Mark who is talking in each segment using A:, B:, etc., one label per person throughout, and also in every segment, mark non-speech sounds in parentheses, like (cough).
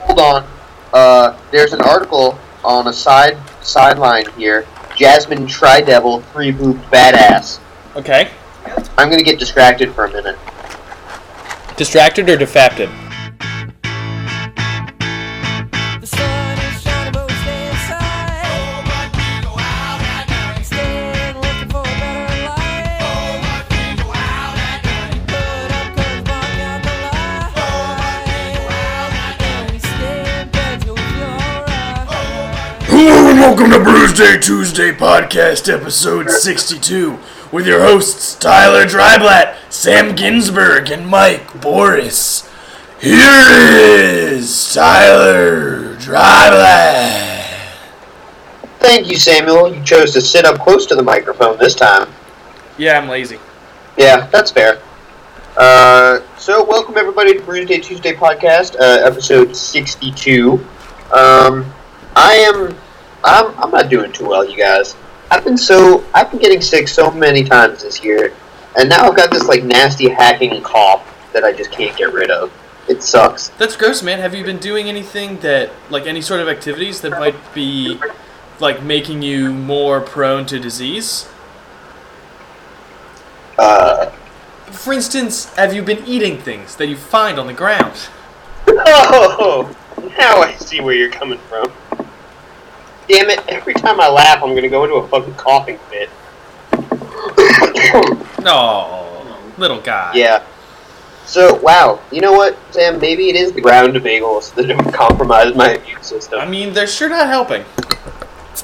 A: hold on. Uh, there's an article on a side sideline here. Jasmine Tri-Devil, three hoop badass.
B: Okay.
A: I'm gonna get distracted for a minute.
B: Distracted or defapted?
C: The sun is shining, but we stay inside. Oh, but we go out at night. Staying, looking for a better life. Oh, but we go out at night. Put up curtains, block out the light. Oh, but we go out at night. We stay in bed till we feel alright.
D: Hello and welcome to Bruce Day Tuesday podcast episode 62 with your hosts Tyler Dryblatt, Sam Ginsburg, and Mike Boris. Here is Tyler Dryblatt.
A: Thank you, Samuel. You chose to sit up close to the microphone this time.
B: Yeah, I'm lazy.
A: Yeah, that's fair. Uh, so, welcome everybody to Bruce Day Tuesday podcast, uh, episode sixty-two. Um, I am, I'm, I'm not doing too well, you guys. I've been so, I've been getting sick so many times this year, and now I've got this like nasty hacking cough that I just can't get rid of. It sucks.
B: That's gross, man. Have you been doing anything that, like, any sort of activities that might be, like, making you more prone to disease?
A: Uh, (laughs)
B: For instance, have you been eating things that you find on the ground?
A: oh, now I see where you're coming from. Damn it! Every time I laugh, I'm gonna go into a fucking coughing fit. (coughs)
B: Oh, little guy.
A: Yeah. So wow, you know what, Sam? Maybe it is the ground bagels that have compromised my immune system.
B: I mean, they're sure not helping.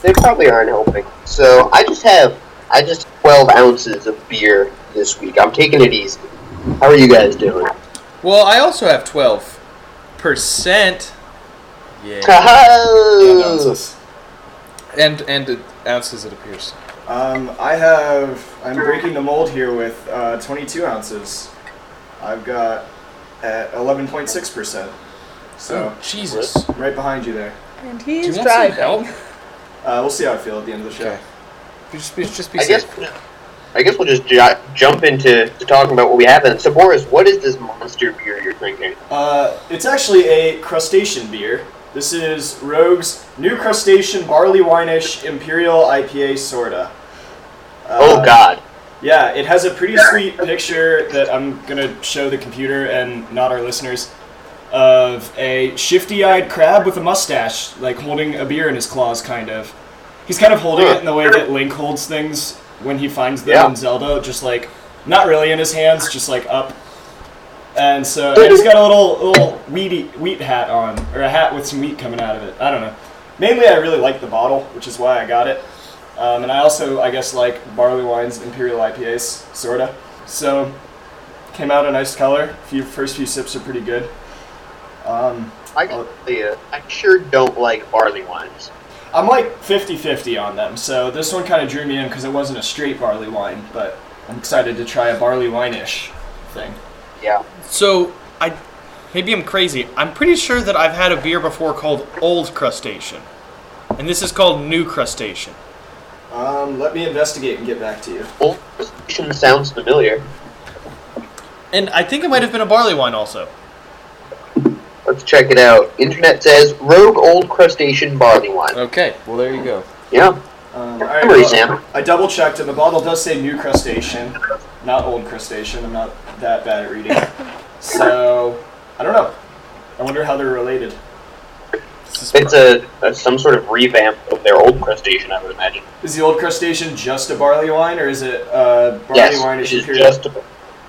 A: they probably aren't helping. So I just have I just have twelve ounces of beer this week. I'm taking it easy. How are you guys doing?
B: Well, I also have 12%. Yeah.
A: Oh,
B: and, and it- ounces, it appears.
E: Um, I have. I'm breaking the mold here with uh, 22 ounces. I've got at 11.6 percent. So
B: Oh, Jesus.
E: right behind you there.
F: And
B: Do you
F: he's
B: want some
F: driving.
B: help?
E: Uh, we'll see how I feel at the end of the show.
B: Okay. Just, be- just be
A: I guess
B: safe.
A: I guess we'll just j- jump into to talking about what we have. And so Boris, what is this monster beer you're drinking?
E: Uh, it's actually a crustacean beer. This is Rogue's new crustacean barley wineish imperial IPA sorta. Uh,
A: oh God.
E: Yeah, it has a pretty sweet picture that I'm gonna show the computer and not our listeners of a shifty-eyed crab with a mustache, like holding a beer in his claws, kind of. He's kind of holding it in the way that Link holds things when he finds them
A: Yeah.
E: in Zelda, just like not really in his hands, just like up. And so and he's got a little little weedy wheat hat on, or a hat with some wheat coming out of it. I don't know. Mainly, I really like the bottle, which is why I got it. Um, and I also, I guess, like barley wines, imperial IPAs, sorta. So, came out a nice color. Few first few sips are pretty good. Um,
A: I gotta tell you, I sure don't like barley wines.
E: I'm like 50-50 on them, so this one kind of drew me in because it wasn't a straight barley wine, but I'm excited to try a barley wine-ish thing.
A: Yeah.
B: So I maybe I'm crazy. I'm pretty sure that I've had a beer before called Old Crustacean, and this is called New Crustacean.
E: Um, let me investigate and get back to you.
A: Old Crustacean sounds familiar.
B: And I think it might have been a barley wine also.
A: Let's check it out. Internet says Rogue Old Crustacean Barley Wine.
G: Uh,
B: Okay. Well, there you go.
A: Yeah.
E: Um, all
A: Memory,
E: well,
A: Sam.
E: I double checked, and the bottle does say new crustacean, not old crustacean. I'm not that bad at reading. so I don't know. I wonder how they're related.
A: It's a, a some sort of revamp of their old crustacean, I would imagine.
E: Is the old crustacean just a barley wine, or is it uh, barley
A: yes,
E: wine?
A: it
E: is
A: is just. A,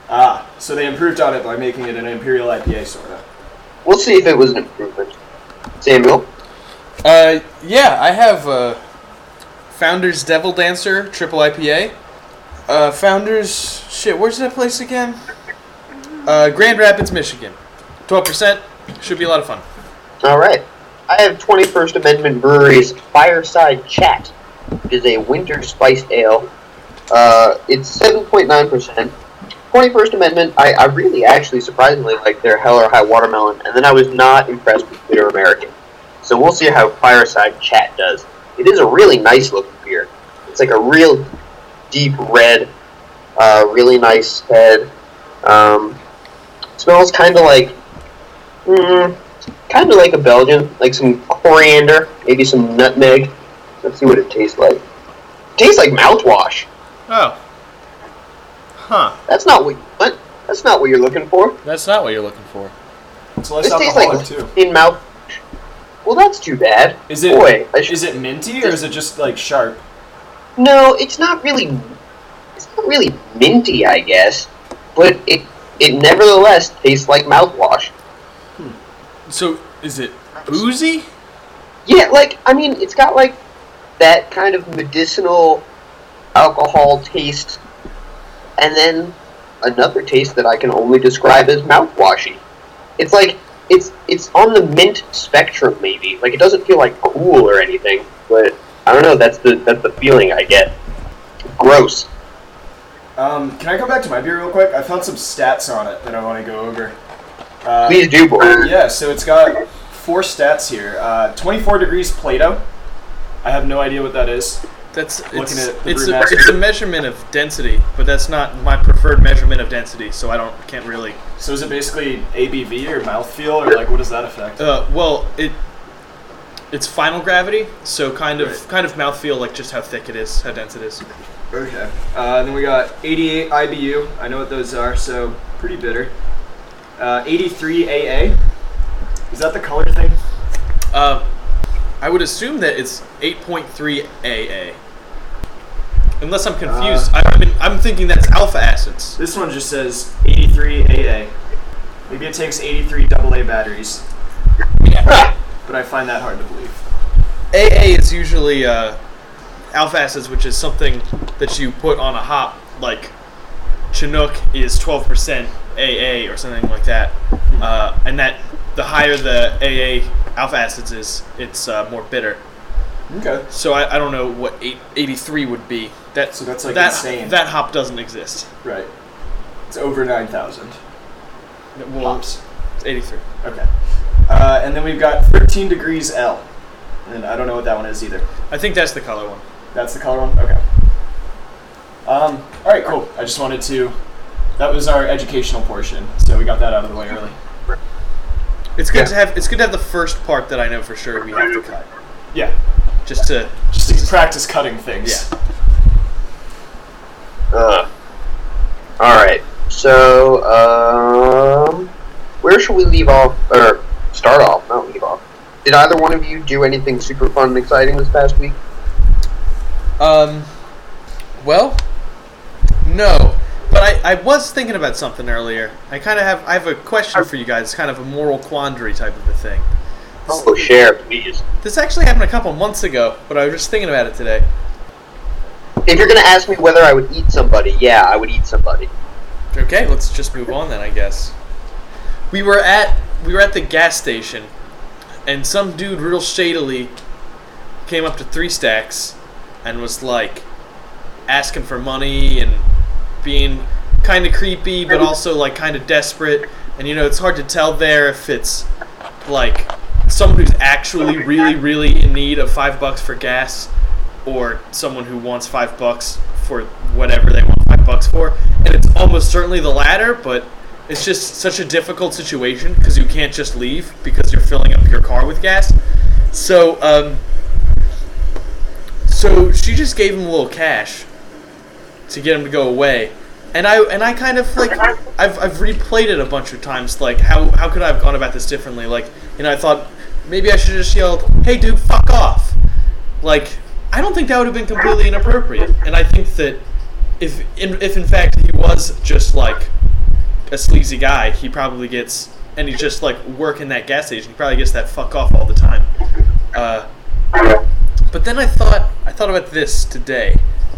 E: ah, so they improved on it by making it an imperial IPA, sorta.
A: we'll see if it was an improvement. Samuel,
B: Uh, yeah, I have uh, Founders Devil Dancer Triple IPA. Uh, Founders, shit, where's that place again? Uh, Grand Rapids, Michigan. Twelve percent should be a lot of fun.
A: all right. I have Twenty First Amendment Brewery's Fireside Chat. It is a winter spiced ale. Uh, it's seven point nine percent. Twenty First Amendment. I, I really, actually, surprisingly like their Hell or High Watermelon, and then I was not impressed with Bitter American. So we'll see how Fireside Chat does. It is a really nice looking beer. It's like a real deep red, uh, really nice head. Um, smells kind of like, mm, kind of like a Belgian, like some coriander, maybe some nutmeg. Let's see what it tastes like. tastes like mouthwash.
G: Oh. Huh.
A: That's not what you want. That's not what you're looking for.
G: That's not what you're looking for.
E: It's less
A: This tastes
E: alcoholic
A: like
E: too.
A: in mouth. Well, that's too bad.
E: Is it
A: Boy, I should-
E: is it minty or is it just like sharp?
A: No, it's not really. It's not really minty, I guess, but it it nevertheless tastes like mouthwash.
G: So, is it boozy?
A: Yeah, like I mean, it's got like that kind of medicinal alcohol taste, and then another taste that I can only describe as mouthwashy. It's like it's it's on the mint spectrum, maybe. Like it doesn't feel like cool or anything, but I don't know. That's the that's the feeling I get. Gross.
E: Um, can I go back to my beer real quick? I found some stats on it that I want to go over. Uh,
A: Please do, boy.
E: Yeah, so it's got four stats here. Uh, 24 degrees Plato. I have no idea what that is.
G: That's it's,
E: Looking at the
G: it's, a,
E: brewmaster.
G: it's a measurement of density, but that's not my preferred measurement of density, so I don't can't really.
E: So is it basically ABV or mouthfeel or like what does that affect?
G: Uh, well, it it's final gravity, so kind of
E: Right.
G: kind of mouthfeel like just how thick it is, how dense it is.
E: Okay. Uh, then we got 88 IBU. I know what those are, so pretty bitter. Uh, 83 AA. Is that the color thing?
G: Uh, I would assume that it's 8.3 AA. Unless I'm confused, I'm, I'm thinking that's alpha acids.
E: This one just says 83 AA. Maybe it takes 83 AA (laughs) batteries, but I find that hard to believe.
G: AA is usually uh, alpha acids, which is something that you put on a hop, like Chinook is 12% AA or something like that.
E: Hmm.
G: Uh, and that the higher the AA alpha acids is, it's uh, more bitter.
E: Okay.
G: So I, I don't know what eight, 83 would be. That,
E: So that's, like,
G: that,
E: insane.
G: That hop doesn't exist.
E: Right. It's over 9,000.
G: Well, it's 83.
E: Okay. Uh, and then we've got 13 degrees L. And I don't know what that one is either.
G: I think that's the color one.
E: That's the color one? Okay. Um, all right, cool. I just wanted to. That was our educational portion, so we got that out of the way early.
G: It's good
A: Yeah.
G: to have. It's good to have the first part that I know for sure we have to cut,
E: Yeah.
G: just to
E: Just to practice cutting things.
G: Yeah.
A: Ugh. All right. Uh, So, um, where should we leave off or start off? Not leave off. Did either one of you do anything super fun and exciting this past week?
G: Um, well, no, but I, I was thinking about something earlier. I kind of have I have a question for you guys, kind of a moral quandary type of a thing.
A: Oh, share, please.
G: This actually happened a couple months ago, but I was just thinking about it today.
A: If you're gonna ask me whether I would eat somebody, yeah, I would eat somebody.
G: Okay, let's just move on then, I guess. We were at we were at the gas station, and some dude real shadily came up to Three Stacks and was like asking for money and being kind of creepy, but also like kind of desperate. And you know, it's hard to tell there if it's like someone who's actually really, really in need of five bucks for gas, or someone who wants five bucks for whatever they want five bucks for. And it's almost certainly the latter, but it's just such a difficult situation because you can't just leave because you're filling up your car with gas. So, um, so she just gave him a little cash to get him to go away. And I and I kind of like I've, I've replayed it a bunch of times. Like how how could I have gone about this differently? Like you know I thought maybe I should have just yelled, "Hey dude, fuck off!" Like I don't think that would have been completely inappropriate. And I think that if in, if in fact he was just like a sleazy guy, he probably gets and he's just like working that gas station. He probably gets that fuck off all the time. Uh, but then I thought I thought about this today.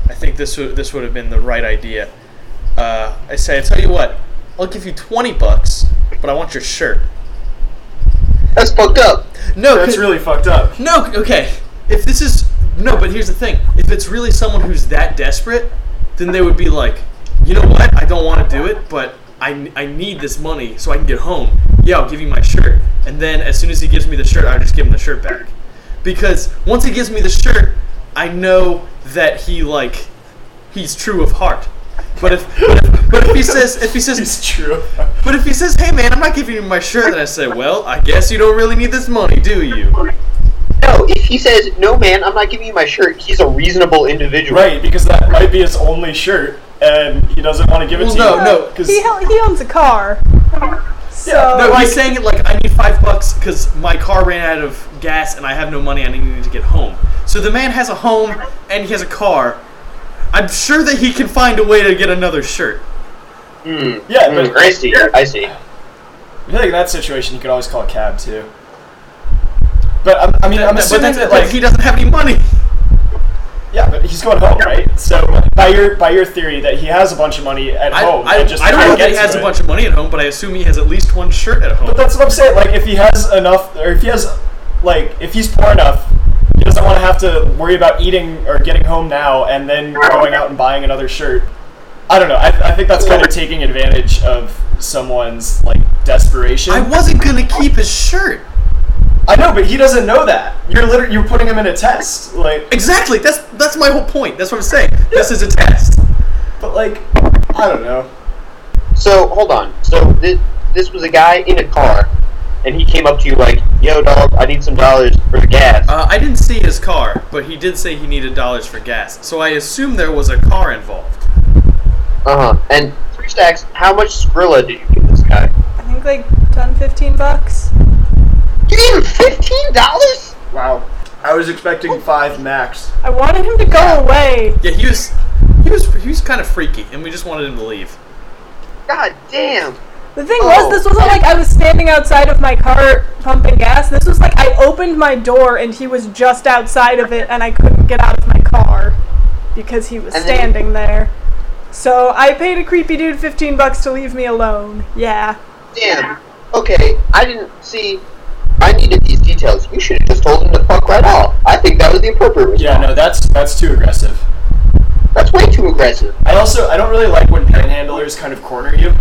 G: I think this would this would have been the right idea. Uh, I say, I tell you what, I'll give you twenty bucks, but I want your shirt.
A: That's fucked up.
G: No,
E: That's
G: c-
E: really fucked
F: (laughs)
E: up.
G: no. Okay, if this is no, but here's the thing: if it's really someone who's that desperate, then they would be like, you know what? I don't want to do it, but I I need this money so I can get home. Yeah, I'll give you my shirt. And then as soon as he gives me the shirt, I just give him the shirt back, because once he gives me the shirt, I know that he like he's true of heart. But if, but if but if he says if he says
E: It's true.
G: but if he says, hey man, I'm not giving you my shirt, then I say, well, I guess you don't really need this money, do you?
A: No, if he says, no, man, I'm not giving you my shirt, he's a reasonable individual.
E: Right, because that might be his only shirt, and he doesn't want to give it
G: Well,
E: to
G: no,
E: you.
G: no.
E: because
F: He, hel- he owns a car. So,
G: No,
F: like,
G: he's saying it like I need five bucks because my car ran out of gas and I have no money. I need to get home. So the man has a home and he has a car. I'm sure that he can find a way to get another shirt.
A: Hmm.
E: yeah, but
A: Hmm, I see. I see.
E: I feel like in that situation, you could always call a cab too. But I'm, I mean, I'm
G: But
E: assuming
G: that's-
E: that
G: but
E: like
G: he doesn't have any money.
E: yeah, but he's going home, right? So by your by your theory that he has a bunch of money at
G: I,
E: home,
G: I,
E: and Oh, just
G: I don't
E: can't
G: know that
E: get
G: he
E: to
G: has
E: it.
G: a bunch of money at home, but I assume he has at least one shirt at home.
E: But that's what I'm saying. Like, if he has enough, or if he has, like, if he's poor enough, he doesn't want to have to worry about eating or getting home now and then going out and buying another shirt. I don't know. I, I think that's kind of taking advantage of someone's like desperation.
G: I wasn't gonna keep his shirt.
E: I know, but he doesn't know that. You're literally you're putting him in a test. Like,
G: Exactly. That's that's my whole point. That's what I'm saying. This is a test.
E: but like, I don't know.
A: So hold on. So this this was a guy in a car, and he came up to you like, "Yo, dog, I need some dollars for the gas."
E: Uh-huh.
G: Uh, I didn't see his car, but he did say he needed dollars for gas. So I assume there was a car involved.
A: Uh huh. And three stacks. How much Skrilla did you give this guy?
F: I think like 10, 15 bucks.
A: You gave him fifteen dollars?
E: Wow. I was expecting five max.
F: I wanted him to go away.
G: Yeah, he was, he was, he was kind of freaky, and we just wanted him to leave.
A: God damn.
F: The thing
A: Oh.
F: was, this wasn't like I was standing outside of my car pumping gas. This was like I opened my door and he was just outside of it and I couldn't get out of my car because he was
A: And then-
F: standing there. So I paid a creepy dude 15 bucks to leave me alone. Yeah.
A: Damn. Okay, I didn't see. I needed these details. You should have just told him to fuck right off. I think that was the appropriate response.
E: Yeah, no, that's that's too aggressive.
A: That's way too aggressive.
E: I also I don't really like when panhandlers kind of corner you.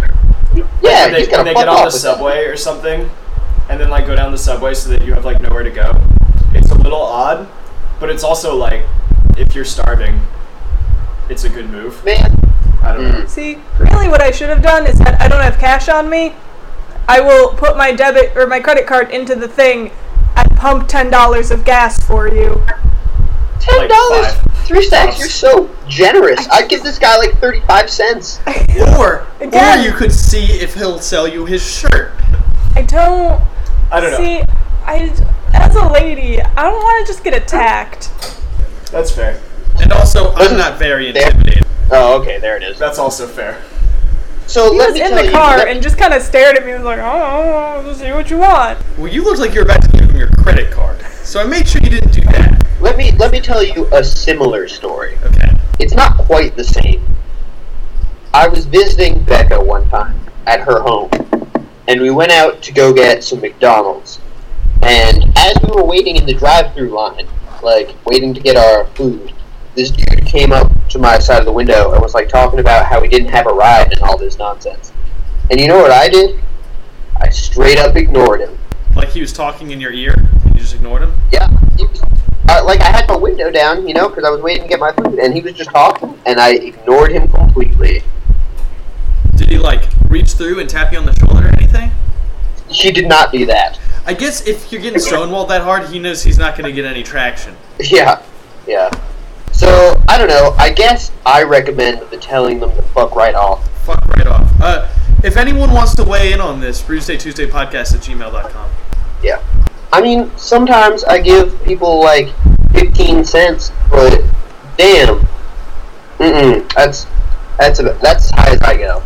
A: Yeah,
E: when they,
A: he's gotta
E: when they
A: fuck
E: get
A: off
E: on the
A: with
E: subway or something, and then like go down the subway so that you have like nowhere to go. It's a little odd, but it's also like if you're starving, it's a good move.
A: that. Man,
E: I don't
A: Mm.
E: know.
F: See, really what I should have done is said I don't have cash on me. I will put my debit or my credit card into the thing and pump $10 of gas for you. (laughs)
A: ten dollars,
E: Like five.
A: three stacks.
E: Five.
A: You're so generous. I'd give this guy like thirty-five cents.
G: Or,
F: Again.
G: or you could see if he'll sell you his shirt.
F: I don't
E: I don't know.
F: See, I as a lady, I don't want to just get attacked.
E: That's fair.
G: And also, I'm not very
A: There.
G: intimidated.
A: Oh, okay, there it is.
E: That's also fair.
A: So
F: He
A: let
F: was
A: me
F: in
A: tell
F: the
A: you,
F: car
A: let-
F: and just kind of stared at me and was like, "Oh, just do what you want."
G: Well, you looked like you were about to give him your credit card, so I made sure you didn't do that.
A: let me let me tell you a similar story.
G: Okay.
A: It's not quite the same. I was visiting Becca one time at her home, and we went out to go get some McDonald's. And as we were waiting in the drive-through line, like waiting to get our food, this dude came up to my side of the window and was like talking about how he didn't have a ride and all this nonsense. And you know what I did? I straight up ignored him.
G: Like he was talking in your ear, and you just ignored him.
A: Yeah. he was- Uh, like, I had my window down, you know, because I was waiting to get my food, and he was just talking, and I ignored him completely.
G: Did he like reach through and tap you on the shoulder or anything?
A: She did not do that. (laughs)
G: I guess if you're getting stonewalled that hard, he knows he's not going to get any traction.
A: Yeah. Yeah. So, I don't know. I guess I recommend the telling them to fuck right off.
G: Fuck right off. Uh, if anyone wants to weigh in on this, Tuesday Tuesday Podcast at gmail.com.
A: Yeah. I mean, sometimes I give people, like, 15 cents, but damn. Mm-mm. That's, that's, about, that's as high as I go.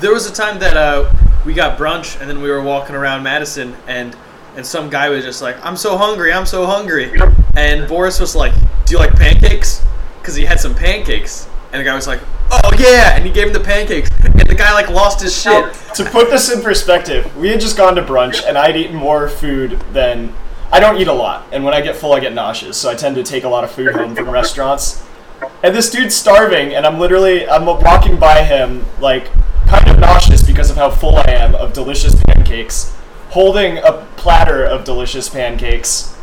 G: There was a time that uh, we got brunch and then we were walking around Madison and and some guy was just like, "I'm so hungry, I'm so hungry," and Boris was like, "Do you like pancakes?" Because he had some pancakes, and the guy was like, "Oh yeah," and he gave him the pancakes, and the guy like lost his shit.
E: To put this in perspective, we had just gone to brunch and I'd eaten more food than I don't eat a lot, and when I get full I get nauseous, so I tend to take a lot of food home from restaurants. And this dude's starving and I'm literally I'm walking by him like kind of nauseous because of how full I am of delicious pancakes, holding a platter of delicious pancakes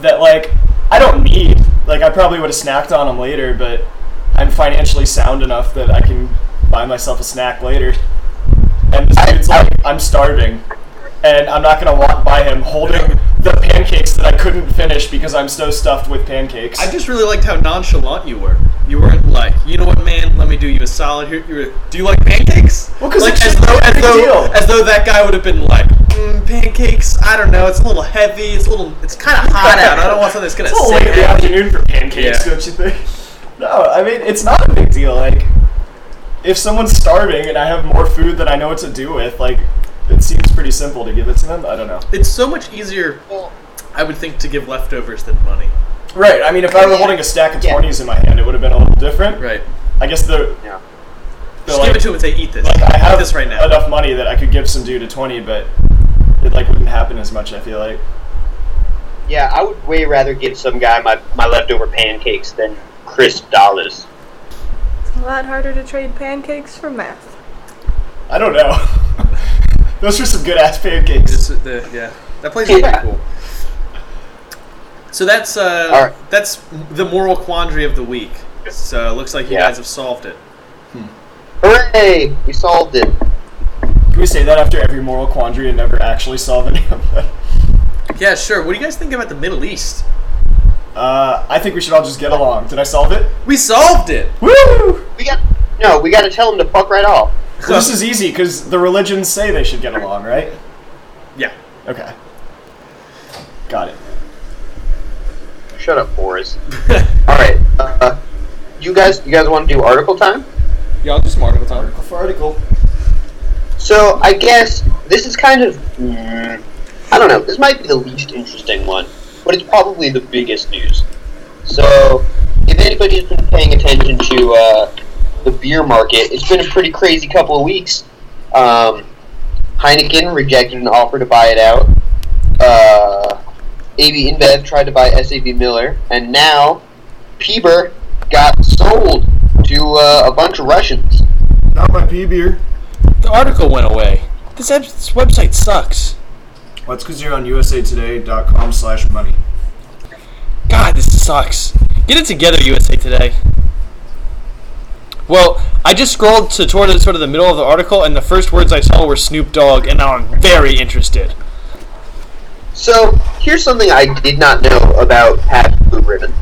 E: that like I don't need. Like I probably would have snacked on them later, but I'm financially sound enough that I can buy myself a snack later. And this dude's like, I'm starving, and I'm not gonna walk by him holding the pancakes that I couldn't finish because I'm so stuffed with pancakes.
H: I just really liked how nonchalant you were. You weren't like, you know what, man? Let me do you a solid here. You were, do you like pancakes?
E: Well, 'cause
H: like
E: it's
H: as
E: just
H: though
E: not a
H: as
E: big
H: though
E: deal.
H: as though that guy would have been like, mm, pancakes. I don't know. It's a little heavy. It's a little. It's kind of hot out. I don't want something that's gonna
E: It's late in the
H: sit.
E: afternoon for pancakes,
H: Yeah.
E: don't you think? No, I mean it's not a big deal. Like, if someone's starving and I have more food that I know what to do with, like, it seems pretty simple to give it to them. I don't know.
H: It's so much easier, I would think, to give leftovers than money.
E: Right. I mean, if I were holding a stack of
A: Yeah.
E: twenties in my hand, it would have been a little different.
H: Right.
E: I guess the,
A: Yeah.
E: the
H: Just
E: like,
H: give it to him and say, eat this.
E: like, I
H: eat
E: have
H: this right now.
E: enough money that I could give some dude a twenty, but it like wouldn't happen as much. I feel like.
A: Yeah, I would way rather give some guy my, my leftover pancakes than crisp dollars.
F: It's a lot harder to trade pancakes for math.
E: I don't know. (laughs) Those were some good ass pancakes.
H: This is the, uh, yeah, that place is pretty
A: Yeah.
H: cool. So that's uh,
A: All right.
H: that's the moral quandary of the week. So it looks like you
A: Yeah.
H: guys have solved it.
A: Hooray! We solved it.
E: Can we say that after every moral quandary and never actually solve any of them? (laughs)
H: Yeah, sure. What do you guys think about the Middle East?
E: Uh, I think we should all just get along. Did I solve it?
H: We solved it.
E: Woo!
A: We got no. We got to tell him to fuck right off.
E: Well, this is easy because the religions say they should get along, right?
H: Yeah.
E: Okay. Got it.
A: Shut up, Boris. All right. Uh, you guys, you guys want to do article time?
B: Y'all do some article time.
E: Article for article.
A: So I guess this is kind of, mm, I don't know. This might be the least interesting one, but it's probably the biggest news. So if anybody's been paying attention to uh, the beer market, it's been a pretty crazy couple of weeks. Um, Heineken rejected an offer to buy it out. Uh, AB InBev tried to buy SAB Miller, and now Peber got sold to uh, a bunch of Russians.
E: Not my pee beer.
G: The article went away. This, ep- this website sucks.
E: Well, that's because you're on usatoday.com slash money.
G: God, this sucks. Get it together, USA Today. Well, I just scrolled to toward the, sort of the middle of the article, and the first words I saw were Snoop Dogg, and now I'm very interested.
A: So here's something I did not know about Pabst Blue Ribbon.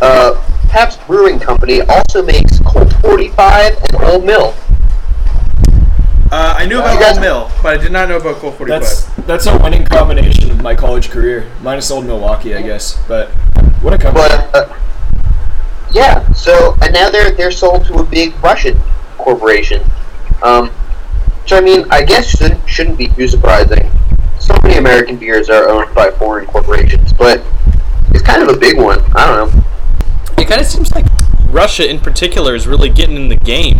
A: Uh, Pabst Brewing Company also makes Colt 45 and Old Mill.
H: Uh, I knew
A: You
H: about
A: guys-
H: Old Mill, but I did not know about Cool 45.
E: That's that's a winning combination of my college career, minus old Milwaukee, I guess. But what a company!
A: But uh, yeah, so and now they're they're sold to a big Russian corporation. Um, which I mean, I guess shouldn't, shouldn't be too surprising. So many American beers are owned by foreign corporations, but it's kind of a big one. I don't know.
G: It kind of seems like Russia, in particular, is really getting in the game,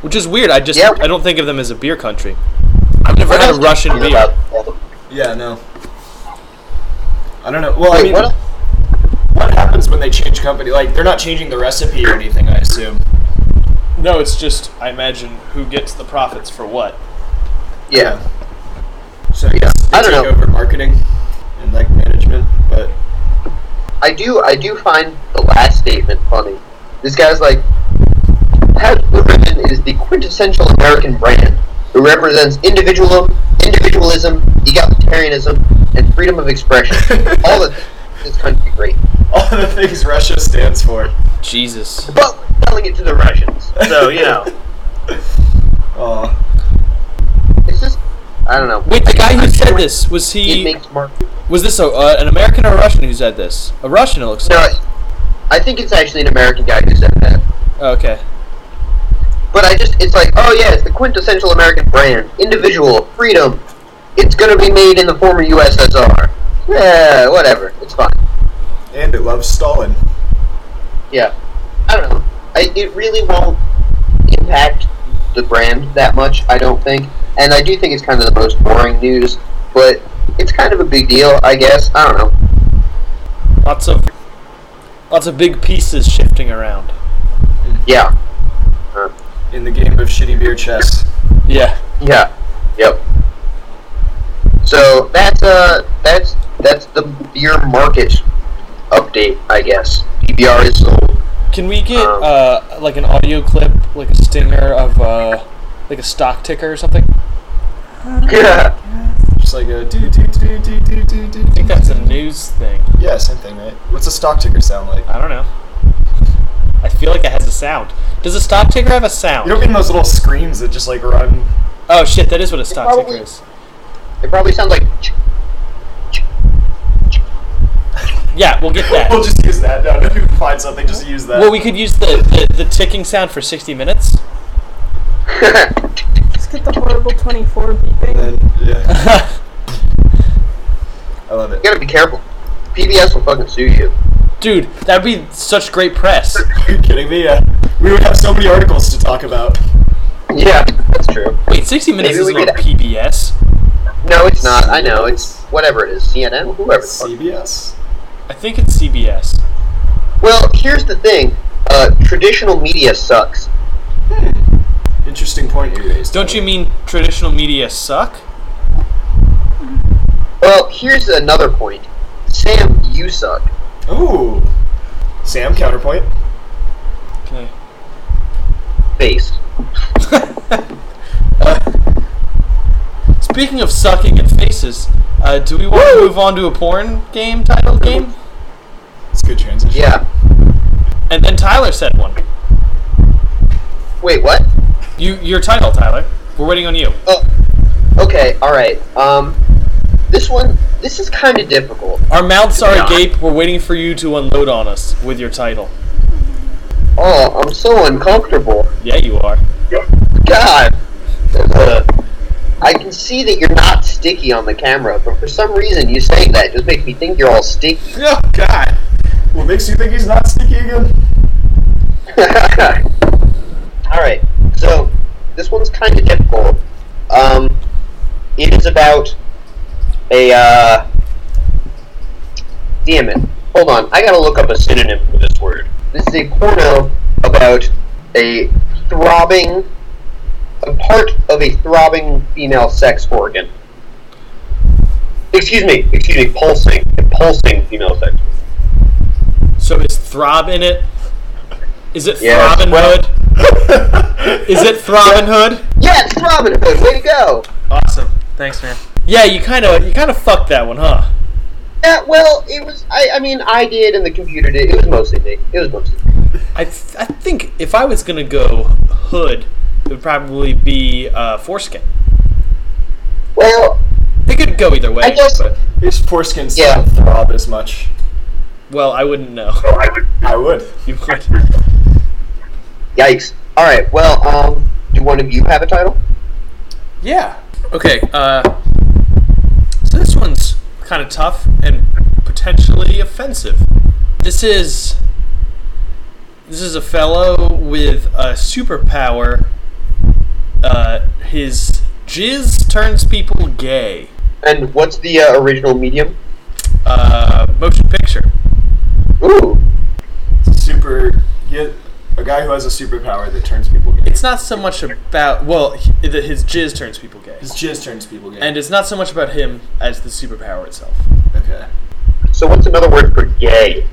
G: which is weird. I just
A: Yeah.
G: I don't think of them as a beer country. I've never had a
A: else do you
G: Russian
A: know
G: beer.
A: about them?
E: yeah, no. I don't know. Well, I
A: Wait,
E: mean,
A: what? else-
E: what happens when they change company? Like they're not changing the recipe or anything, I assume.
G: No, it's just I imagine who gets the profits for what.
A: Yeah.
E: So I guess
A: I don't
E: take
A: know.
E: over marketing and like management, but (laughs)
A: I do I do find the last statement funny. This guy's like, Pabst Blue Ribbon is the quintessential American brand. It represents individualism, individualism, egalitarianism, and freedom of
G: (laughs)
A: expression. All that this country great,
E: all the things Russia stands for.
G: Jesus.
A: but we're selling it to the Russians. So you know,
E: Oh,
A: it's just I don't know.
G: Wait, the guy who
A: I'm
G: said
A: sure
G: this was
A: It
G: he?
A: makes Mark.
G: Was this a, uh, an American or a Russian who said this? A Russian, it looks
A: No,
G: like.
A: I think it's actually an American guy who said that.
G: Oh, okay.
A: But I just, it's like, oh yeah, it's the quintessential American brand. Individual, freedom. It's gonna be made in the former USSR. Yeah, whatever. It's fine.
E: and it loves Stalin.
A: Yeah. I don't know. I, it really won't impact the brand that much, I don't think. And I do think it's kind of the most boring news, but it's kind of a big deal, I guess. I don't know.
G: Lots of lots of big pieces shifting around.
A: Yeah. Uh,
E: In the game of shitty beer chess.
G: Yeah.
A: Yeah. Yep. So that's uh that's that's the beer market update, I guess. PBR is sold.
G: Can we get
A: Um,
G: uh, like an audio clip, like a stinger of uh, like a stock ticker or something? I
A: Yeah.
E: Just like a do do do do do do do. I
G: think that's a news thing.
E: Yeah, same thing, right? What's a stock ticker sound like?
G: I don't know. I feel like it has a sound. Does a stock ticker have a sound?
E: You don't mean those little screams that just like run.
G: Oh shit, that is what a stock
A: probably-
G: ticker is.
A: (laughs) It probably sounds like. (laughs)
G: Yeah, we'll get that.
E: (laughs) We'll just use that. No, no, you can find something. Just use that.
G: Well, we could use the, the, the ticking sound for 60 minutes. (laughs)
F: Just get the horrible 24 beeping.
E: And, yeah,
G: Dude,
E: I love it. (laughs)
A: You gotta be careful. PBS will fucking sue you.
G: that'd be such great press.
E: Are you kidding me? Yeah. We would have so many articles to talk about.
A: Yeah, that's true.
G: Wait, 60 minutes
A: Maybe we
G: isn't on
A: could-
G: PBS.
A: No, it's not. I know. It's whatever it is. CNN, whoever. The fuck.
E: CBS.
G: I think it's CBS.
A: Well, here's the thing. Uh, traditional media sucks.
E: Interesting point you raised.
G: Don't you mean traditional media suck?
A: Well, here's another point. Sam, you suck.
E: Ooh. Sam, counterpoint.
G: Okay.
A: Face.
G: (laughs) Speaking of sucking and faces, uh, do we want to move on to a porn game title game?
E: It's a good transition.
A: Yeah.
G: And then Tyler said one.
A: Wait, what?
G: You your title, Tyler. We're waiting on you.
A: Oh. Okay. All right. Um, this one. This is kind of difficult.
G: Our mouths are
A: Yeah.
G: agape. We're waiting for you to unload on us with your title.
A: Oh, I'm so uncomfortable.
G: Yeah, you are.
A: God. Ugh. I can see that you're not sticky on the camera, but for some reason you saying that just makes me think you're all sticky.
E: (laughs) Oh, God. What makes you think he's not sneaky again?
A: (laughs) All right. So this one's kind of difficult. Um, it is about a. Uh, damn it! Hold on. I gotta look up a synonym for this word. This is a porno about a throbbing, a part of a throbbing female sex organ. Excuse me. Excuse me. Pulsing. A pulsing female sex. organ.
G: So is throb in it? Is it
A: Yeah,
G: throbbing
A: well-
G: hood? (laughs) Is it throbbing hood?
A: Yes, Robin Hood. Way to go!
H: Awesome. Thanks, man.
G: Yeah, you kind of you kind of fucked that one, huh?
A: Yeah, well, it was. I, I mean, I did, and the computer did. It was mostly me. It was mostly. Me.
G: I, th- I think if I was gonna go hood, it would probably be uh, foreskin.
A: Well,
G: It could go either way.
A: I guess.
G: but-
E: His foreskin's
A: Yeah.
E: yeah. throb as much.
G: well, I wouldn't know. (laughs)
E: I would.
G: You would.
A: Yikes! All right. Well, um, do one of you have a title?
B: Yeah.
G: Okay, uh, so this one's kind of tough and potentially offensive. This is this is a fellow with a superpower. Uh, his jizz turns people gay.
A: And what's the uh, original medium?
G: Uh, motion picture.
A: Ooh.
E: Super. Yeah, a guy who has a superpower that turns people gay.
G: It's not so much about well, he, that his jizz turns people gay,
E: His jizz turns people gay.
G: and it's not so much about him as the superpower itself.
E: okay.
A: So what's another word for gay?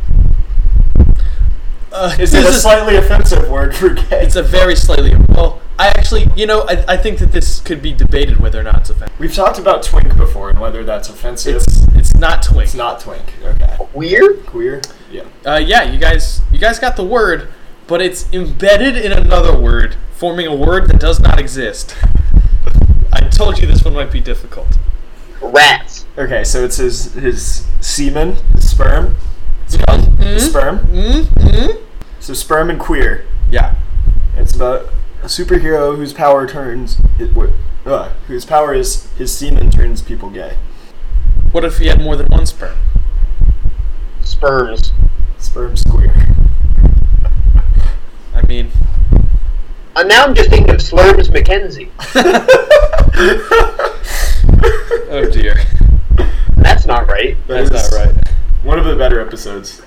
G: Uh,
E: Is it
G: this
E: a slightly offensive word for gay?
G: It's a very slightly. Well, I actually, you know, I, I think that this could be debated whether or not it's offensive.
E: We've talked about twink before and whether that's offensive.
G: It's it's not twink.
E: It's not twink. Okay.
A: Queer?
E: Queer? Yeah.
G: Uh, yeah, you guys, you guys got the word, but it's embedded in another word, forming a word that does not exist. I told you this one might be difficult.
A: Rats.
E: Okay, so it's his his semen, his sperm. It's called
G: Mm-hmm.
E: sperm. So sperm and queer.
G: Yeah.
E: It's about a superhero whose power turns it, wh- uh, whose power is his semen turns people gay.
G: What if he had more than one sperm?
A: Sperms.
E: Sperm's queer.
G: I mean,
A: Uh, now I'm just thinking of Slurms McKenzie.
G: oh dear,
A: That's not right.
G: that's not right.
E: One of the better episodes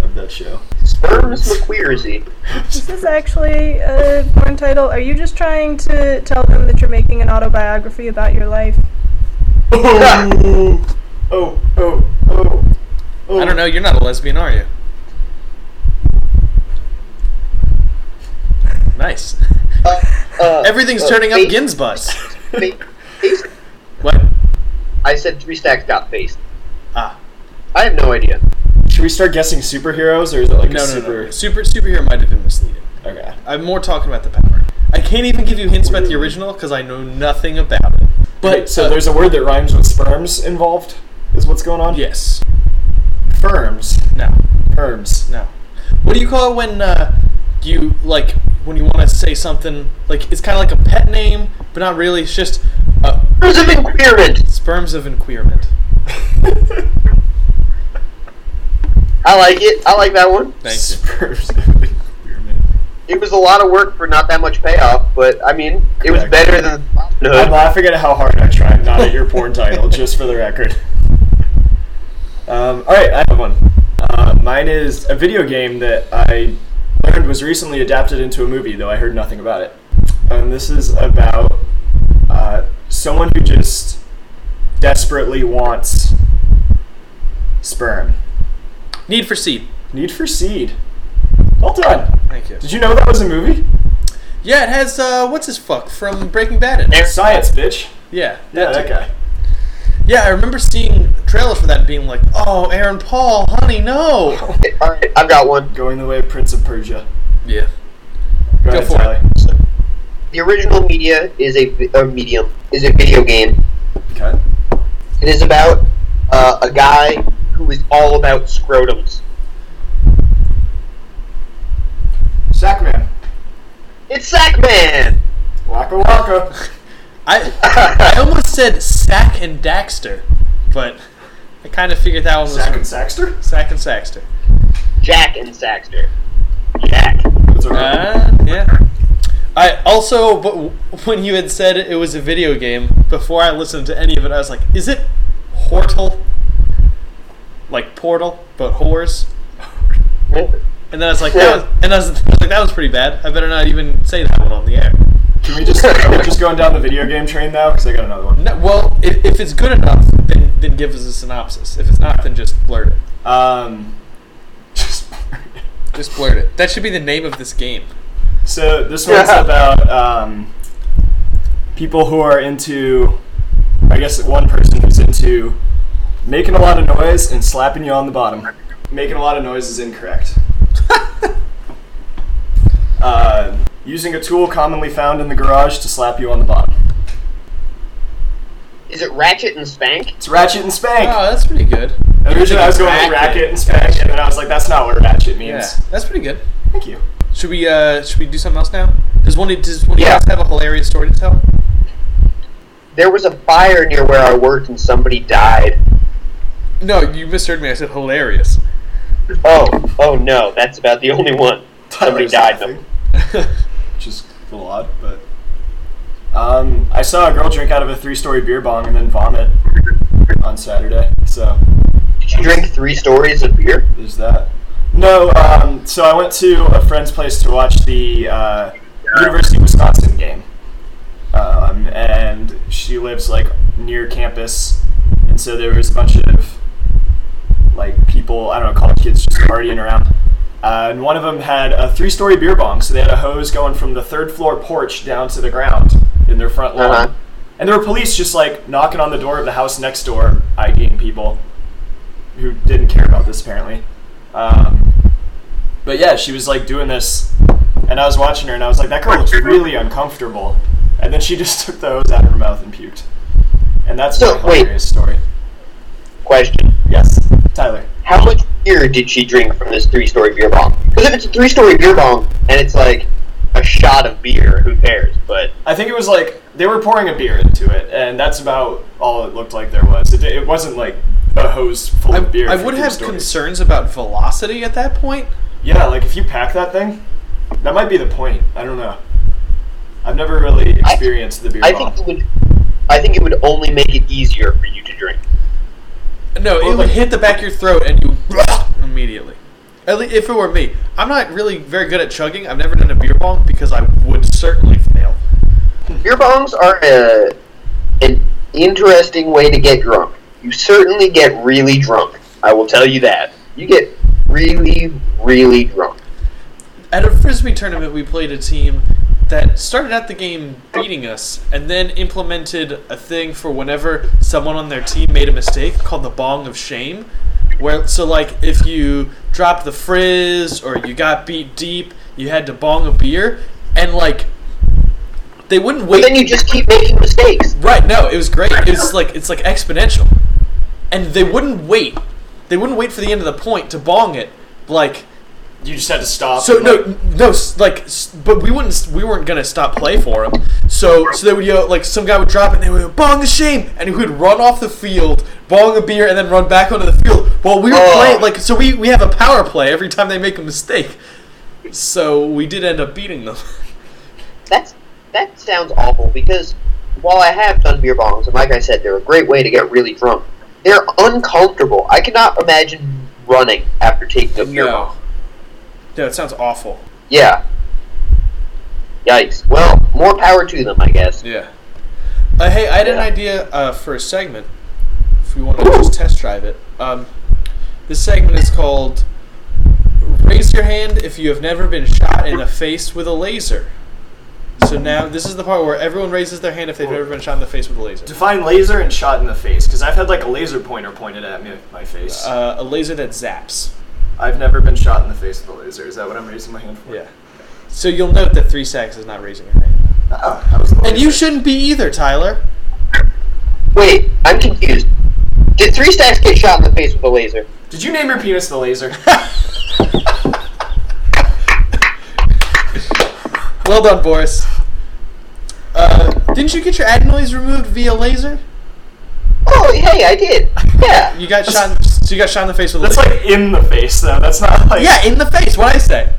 E: of that show.
A: Sperms McQueerzy.
F: This is actually a porn title. Are you just trying to tell them that you're making an autobiography about your life?
E: Oh, oh, oh, oh.
G: I don't know. You're not a lesbian, are you? Nice.
A: Uh, uh,
G: Everything's
A: uh,
E: Oh,
G: turning up
A: face-
G: Gin's butts.
E: (laughs)
A: face- face-
G: what?
A: I said three stacks got faced.
G: Ah.
A: I have no idea.
E: Should we start guessing superheroes, or is it like
G: No,
E: a
G: no, no,
E: super?
G: no. Super superhero might have been misleading.
E: Okay.
G: I'm more talking about the power. I can't even give you hints about the original because I know nothing about it. But
E: Wait, so
G: uh,
E: there's a word that rhymes with sperms involved. Is what's going on?
G: yes,
E: Firms.
G: no,
E: Perms.
G: no. What do you call it when uh, you like when you want to say something like it's kind of like a pet name, but not really. It's just uh,
A: There's an experiment.
G: sperms of enquirement.
A: I like it. I like that one.
G: Thank you. (laughs)
E: Sperms.
A: It was a lot of work for not that much payoff, but I mean, it was
E: Correct.
A: better than.
E: I'm laughing at how hard I tried not at your porn title, just for the record. Um, all right, I have one. Uh, mine is a video game that I learned was recently adapted into a movie, though I heard nothing about it. And this is about uh, someone who just desperately wants sperm.
G: Need for seed.
E: Need for Seed. Well done.
G: Thank you.
E: Did you know that was a movie?
G: Yeah, it has uh, what's his fuck from Breaking Bad in it.
E: Science, bitch.
G: Yeah, that
E: Yeah, that
G: too.
E: guy.
G: Yeah, I remember seeing trailers for that and being like, "Oh, Aaron Paul, honey,
E: (laughs)
G: no."
A: All right, I've got one.
E: Going the way of Prince of Persia.
G: Yeah.
E: Go,
G: Go
E: ahead,
G: for it.
E: Tyler.
A: The original media is a, vi- a medium is a video game.
E: Okay.
A: It is about uh, a guy who is all about scrotums.
E: Sackman.
A: It's Sackman.
E: Waka waka.
G: I I almost said Sack and Daxter, but I kind of figured that one was
E: Sack and Sackster?
G: Sack and Saxter.
A: Jack and Saxter. Jack.
E: That's a
G: Uh, yeah. I also, but w- when you had said it was a video game, before I listened to any of it, I was like, "Is it Hortal? Like Portal, but whores?" And then I was like, that was, and I was, I was like, "That was pretty bad. I better not even say that one on the air."
E: Can we just are we just going down the video game train now? Because I got another one.
G: No, well, if, if it's good enough, then, then give us a synopsis. If it's not, then just blurt it.
E: Um, (laughs) just
G: Just blurt it. That should be the name of this game.
E: so this one's
A: Yeah.
E: about um, people who are into. I guess one person who's into making a lot of noise and slapping you on the bottom. Making a lot of noise is incorrect. uh, using a tool commonly found in the garage to slap you on the bottom.
A: Is it Ratchet and Spank?
E: It's ratchet and spank.
G: Oh, that's pretty good.
E: Originally, I was going with
G: Racket.
E: racket and spank, and then I was like, "That's not what ratchet
G: Yeah,
E: means."
G: that's pretty good.
E: Thank you.
G: Should we uh should we do something else now? Does one of- does one
A: Yeah.
G: of you guys have a hilarious story to tell?
A: There was a fire near where I worked and somebody died.
G: No, you misheard me. I said hilarious.
A: Oh, oh no, that's about the only one. Somebody
E: Tyler's
A: died.
E: laughing, (laughs) Which is a little odd, but um, I saw a girl drink out of a three-story beer bong and then vomit on Saturday. So
A: Did you drink three stories of beer?
E: there's that. No, um, so I went to a friend's place to watch the uh, University of Wisconsin game, um, and she lives like near campus, and so there was a bunch of like people, I don't know, college kids just partying around. Uh, and one of them had a three-story beer bong, so they had a hose going from the third floor porch down to the ground in their front lawn.
A: Uh-huh.
E: And there were police just like knocking on the door of the house next door, IDing people who didn't care about this apparently. Um, but yeah, she was like doing this, and I was watching her, and I was like, that girl looks really uncomfortable. And then she (laughs) just took the hose out of her mouth and puked. And that's
A: So,
E: my
A: wait.
E: hilarious story.
A: Question.
E: Yes, Tyler.
A: How much beer did she drink from this three story beer bong? Because if it's a three story beer bong and it's like a shot of beer, who cares? But
E: I think it was like they were pouring a beer into it, and that's about all it looked like there was. It, it wasn't like a hose full
G: I,
E: of beer.
G: I
E: for
G: would
E: three
G: have
E: stories.
G: concerns about velocity at that point.
E: Yeah, like if you pack that thing, that might be the point. I don't know. I've never really experienced the beer
A: I
E: bong.
A: think it would I think it would only make it easier for you to drink.
G: No, it would hit the back of your throat and you (laughs) immediately. At least if it were me, I'm not really very good at chugging. I've never done a beer bong because I would certainly fail.
A: Beer bongs are a, an interesting way to get drunk. You certainly get really drunk. I will tell you that. You get really, really drunk.
G: at a frisbee tournament we played a team that started out the game beating us and then implemented a thing for whenever someone on their team made a mistake called the bong of shame where so like if you dropped the frizz or you got beat deep you had to bong a beer and like they wouldn't
A: But
G: wait
A: then you just keep making mistakes.
G: Right. No, it was great. It was like it's like exponential, and they wouldn't wait. They wouldn't wait for the end of the point to bong it. Like
E: You just had to stop.
G: so,
E: and,
G: no,
E: like,
G: no, s- like, s- but we wouldn't. s- We weren't gonna stop play for him. So, so they would yell like some guy would drop it, and they would go, bong the shame, and he would run off the field, bong a beer, and then run back onto the field while we were
A: Oh.
G: playing. Like, so we we have a power play every time they make a mistake. So we did end up beating them.
A: That's that sounds awful because while I have done beer bongs, and like I said, they're a great way to get really drunk. They're uncomfortable. I cannot imagine running after taking a beer bong.
G: no, it sounds awful.
A: Yeah. Yikes. Well, more power to them, I guess.
G: Yeah. Uh, hey, I had an
A: Yeah.
G: idea uh, for a segment. If we want to just test drive it, um, this segment is called "Raise Your Hand If You Have Never Been Shot in the Face with a Laser." So now this is the part where everyone raises their hand if they've ever been shot in the face with a laser.
E: define laser and shot in the face because I've had like a laser pointer pointed at me my face.
G: Uh, a laser that zaps.
E: I've never been shot in the face with a laser. Is that what I'm raising my hand for?
G: Yeah. So you'll note that three sacks is not raising her hand,
E: Oh, I was.
G: and you shouldn't be either, Tyler.
A: Wait, I'm confused. Did three stacks get shot in the face with a laser?
E: Did you name your penis the laser? (laughs)
G: Well done, Boris. Uh, didn't you get your adenoids removed via laser?
A: Oh, hey, I did. Yeah.
G: (laughs) You got shot. So you got shot in the face with a
E: That's
G: laser.
E: like in the face though. That's not like.
G: yeah, in the face. What I say?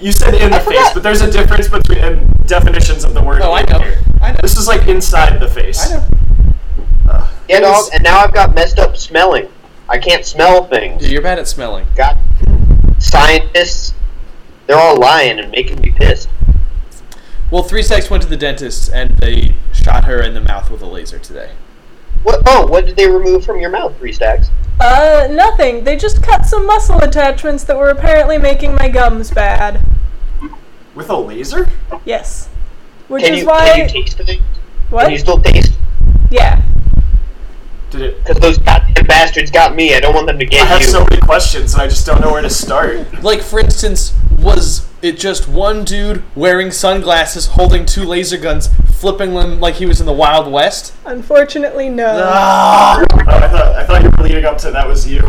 E: You said in the
A: I
E: face,
A: forgot.
E: but there's a difference between and definitions of the word.
G: Oh, I
E: in
G: know.
E: here.
G: I know.
E: This is like inside the face.
G: I know.
E: Ugh.
A: Yeah, dog. And now I've got messed up smelling. I can't smell things.
G: You're bad at smelling.
A: God, scientists, they're all lying and making me pissed.
G: Well, three sex went to the dentist and they shot her in the mouth with a laser today.
A: What? Oh, what did they remove from your mouth, three stacks?
F: Uh, nothing. They just cut some muscle attachments that were apparently making my gums bad.
E: With a laser?
F: Yes. Which
A: Can
F: is
A: you,
F: why.
A: can you taste it? Can
F: what?
A: you still taste?
F: Yeah.
E: Did it?
A: Because those goddamn bastards got me. I don't want them to
E: I
A: get
E: have
A: you.
E: so many questions, and I just don't know where to start.
G: (laughs)
E: Oh,
G: Like, for instance, was it just one dude wearing sunglasses, holding two laser guns, flipping them like he was in the Wild West?
F: Unfortunately, no.
E: Ah! I thought I thought you were leading up to that was you.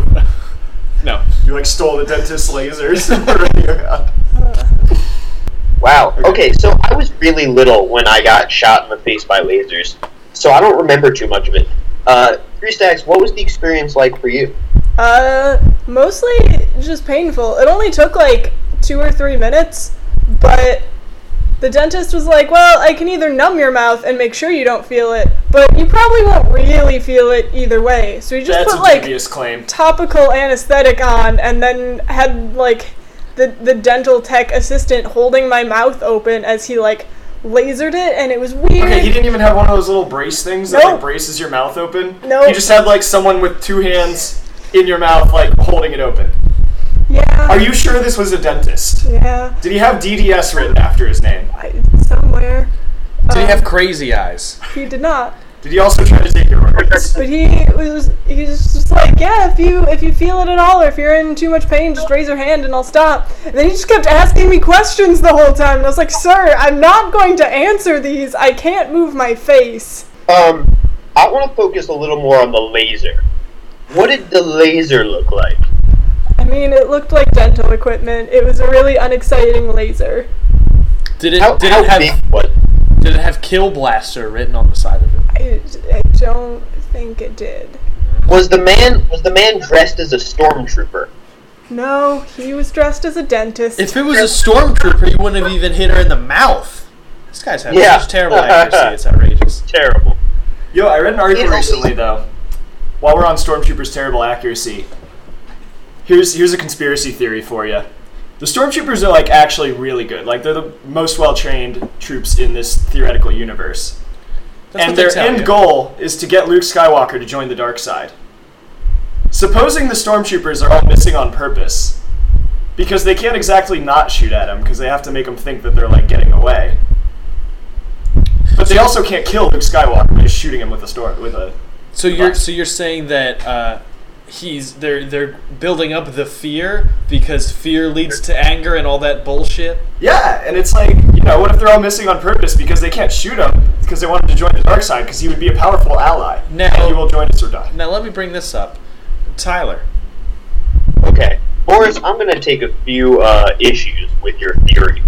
G: No.
E: You like stole the dentist's lasers. (laughs) Yeah.
A: Wow. Okay, so I was really little when I got shot in the face by lasers, so I don't remember too much of it. Uh, Three Stacks, what was the experience like for you?
F: Uh, mostly just painful. It only took like two or three minutes, but the dentist was like, Well, I can either numb your mouth and make sure you don't feel it, but you probably won't really feel it either way. So he just
E: That's
F: put
E: a
F: like
E: dubious claim.
F: topical anesthetic on and then had like the, the dental tech assistant holding my mouth open as he like lasered it and it was weird.
E: Okay, he didn't even have one of those little brace things that
F: Nope.
E: like braces your mouth open.
F: Nope.
E: He just had like someone with two hands in your mouth, like holding it open.
F: yeah.
E: Are you sure this was a dentist?
F: Yeah.
E: Did he have DDS written after his name?
F: I, somewhere. Um,
G: Did he have crazy eyes?
F: He did not.
E: Did he also try to take your
F: (laughs)
E: organs?
F: But he was he was just like, yeah, if you if you feel it at all or if you're in too much pain, just raise your hand and I'll stop. And then he just kept asking me questions the whole time, and I was like, sir, I'm not going to answer these. I can't move my face.
A: Um, I want to focus a little more on the laser. What did the laser look like?
F: I mean, it looked like dental equipment. It was a really unexciting laser.
G: Did it?
A: How,
G: did
A: how
G: it have?
A: big was it?
G: Did it have "Kill Blaster" written on the side of it?
F: I, I don't think it did.
A: Was the man was the man dressed as a stormtrooper?
F: No, he was dressed as a dentist.
G: If it was a stormtrooper, you wouldn't have even hit her in the mouth. This guy's having
A: Yeah.
G: such terrible accuracy. It's outrageous.
A: Terrible.
E: Yo, I read an article
A: It always-
E: recently though. While we're on stormtroopers' terrible accuracy, here's here's a conspiracy theory for you. The stormtroopers are like actually really good. Like they're the most well trained troops in this theoretical universe.
G: That's what
E: and
G: they
E: their
G: tell
E: end
G: you.
E: goal is to get Luke Skywalker to join the dark side. Supposing the stormtroopers are all missing on purpose, because they can't exactly not shoot at him because they have to make him think that they're like getting away. But they also can't kill Luke Skywalker by just shooting him with a storm with a.
G: So you're
E: box.
G: so you're saying that uh, he's they're they're building up the fear because fear leads to anger and all that bullshit.
E: Yeah, and it's like you know what if they're all missing on purpose because they can't shoot him because they want him to join the dark side because he would be a powerful ally.
G: No.
E: and he will join us or die.
G: Now let me bring this up, Tyler.
A: Okay, Boris, I'm going to take a few uh, issues with your theory.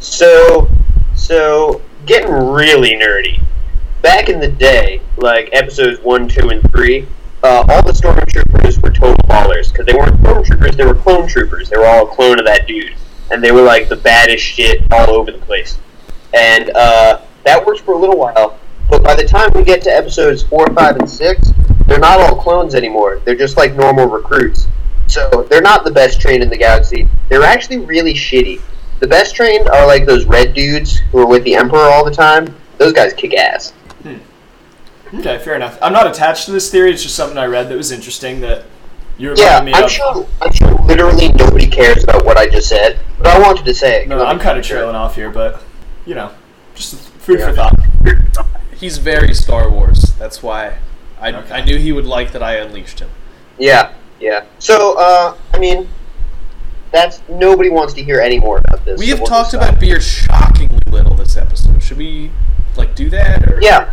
A: So, so getting really nerdy. Back in the day, like episodes one, two, and three, uh, all the stormtroopers were total ballers because they weren't stormtroopers; they were clone troopers. They were all a clone of that dude, and they were like the baddest shit all over the place. And uh, that works for a little while, but by the time we get to episodes four, five, and six, they're not all clones anymore. They're just like normal recruits. So they're not the best trained in the galaxy. They're actually really shitty. The best trained are like those red dudes who are with the Emperor all the time. Those guys kick ass.
E: Okay, fair enough. I'm not attached to this theory. It's just something I read that was interesting that you reminded
A: Yeah,
E: me
A: I'm
E: of.
A: sure. I'm sure literally nobody cares about what I just said, but I wanted to say it. 'cause
E: No, I'm kind of
A: sure.
E: trailing off here, but you know, just food
A: Yeah.
E: for thought.
G: He's very Star Wars. That's why I,
E: Okay.
G: I knew he would like that I unleashed him.
A: Yeah, yeah. So, uh, I mean, that's nobody wants to hear any more about this.
G: We
A: so
G: have
A: we'll
G: talked
A: just
G: about
A: stop.
G: beer shockingly little this episode. Should we like do that or
A: Yeah,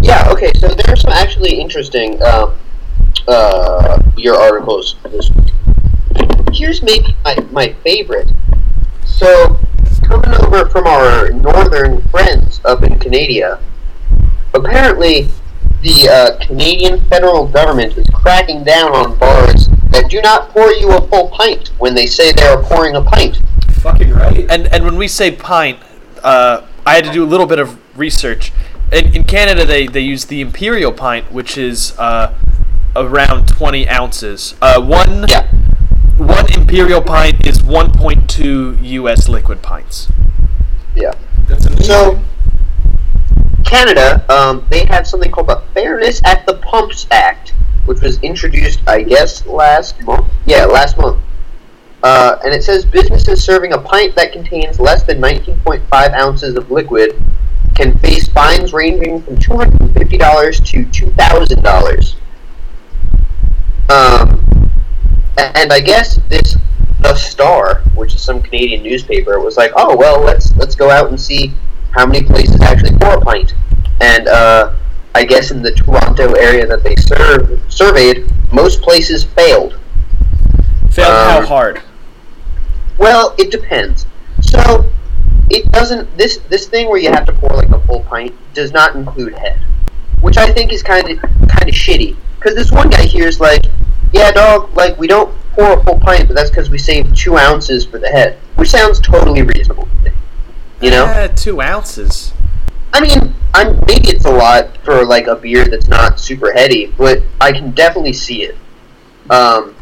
A: yeah. Okay, so there are some actually interesting um, uh, your articles this week. Here's maybe my, my favorite. So, coming over from our northern friends up in Canada, apparently the uh, Canadian federal government is cracking down on bars that do not pour you a full pint when they say they are pouring a pint.
E: Fucking right.
G: And and when we say pint, uh, I had to do a little bit of research. In, in Canada, they, they use the imperial pint, which is uh, around twenty ounces. Uh, one
A: Yeah.
G: one imperial pint is one point two U.S. liquid pints.
A: Yeah.
E: That's amazing.
A: So, Canada, um, they have something called the Fairness at the Pumps Act, which was introduced, I guess, last month. Yeah, last month. Uh, and it says businesses serving a pint that contains less than 19.5 ounces of liquid can face fines ranging from $250 to $2,000. Um, a- and I guess this The Star, which is some Canadian newspaper, was like, oh well, let's let's go out and see how many places actually pour a pint. And uh, I guess in the Toronto area that they serve, surveyed, most places failed.
G: Failed how
A: Um,
G: hard?
A: Well, it depends. So it doesn't this this thing where you have to pour like a full pint does not include head, which I think is kind of kind of shitty. Because this one guy here is like, yeah, dog, like we don't pour a full pint, but that's because we save two ounces for the head, which sounds totally reasonable. to me, You know,
G: Uh, two ounces.
A: I mean, I'm maybe it's a lot for like a beer that's not super heady, but I can definitely see it. Um,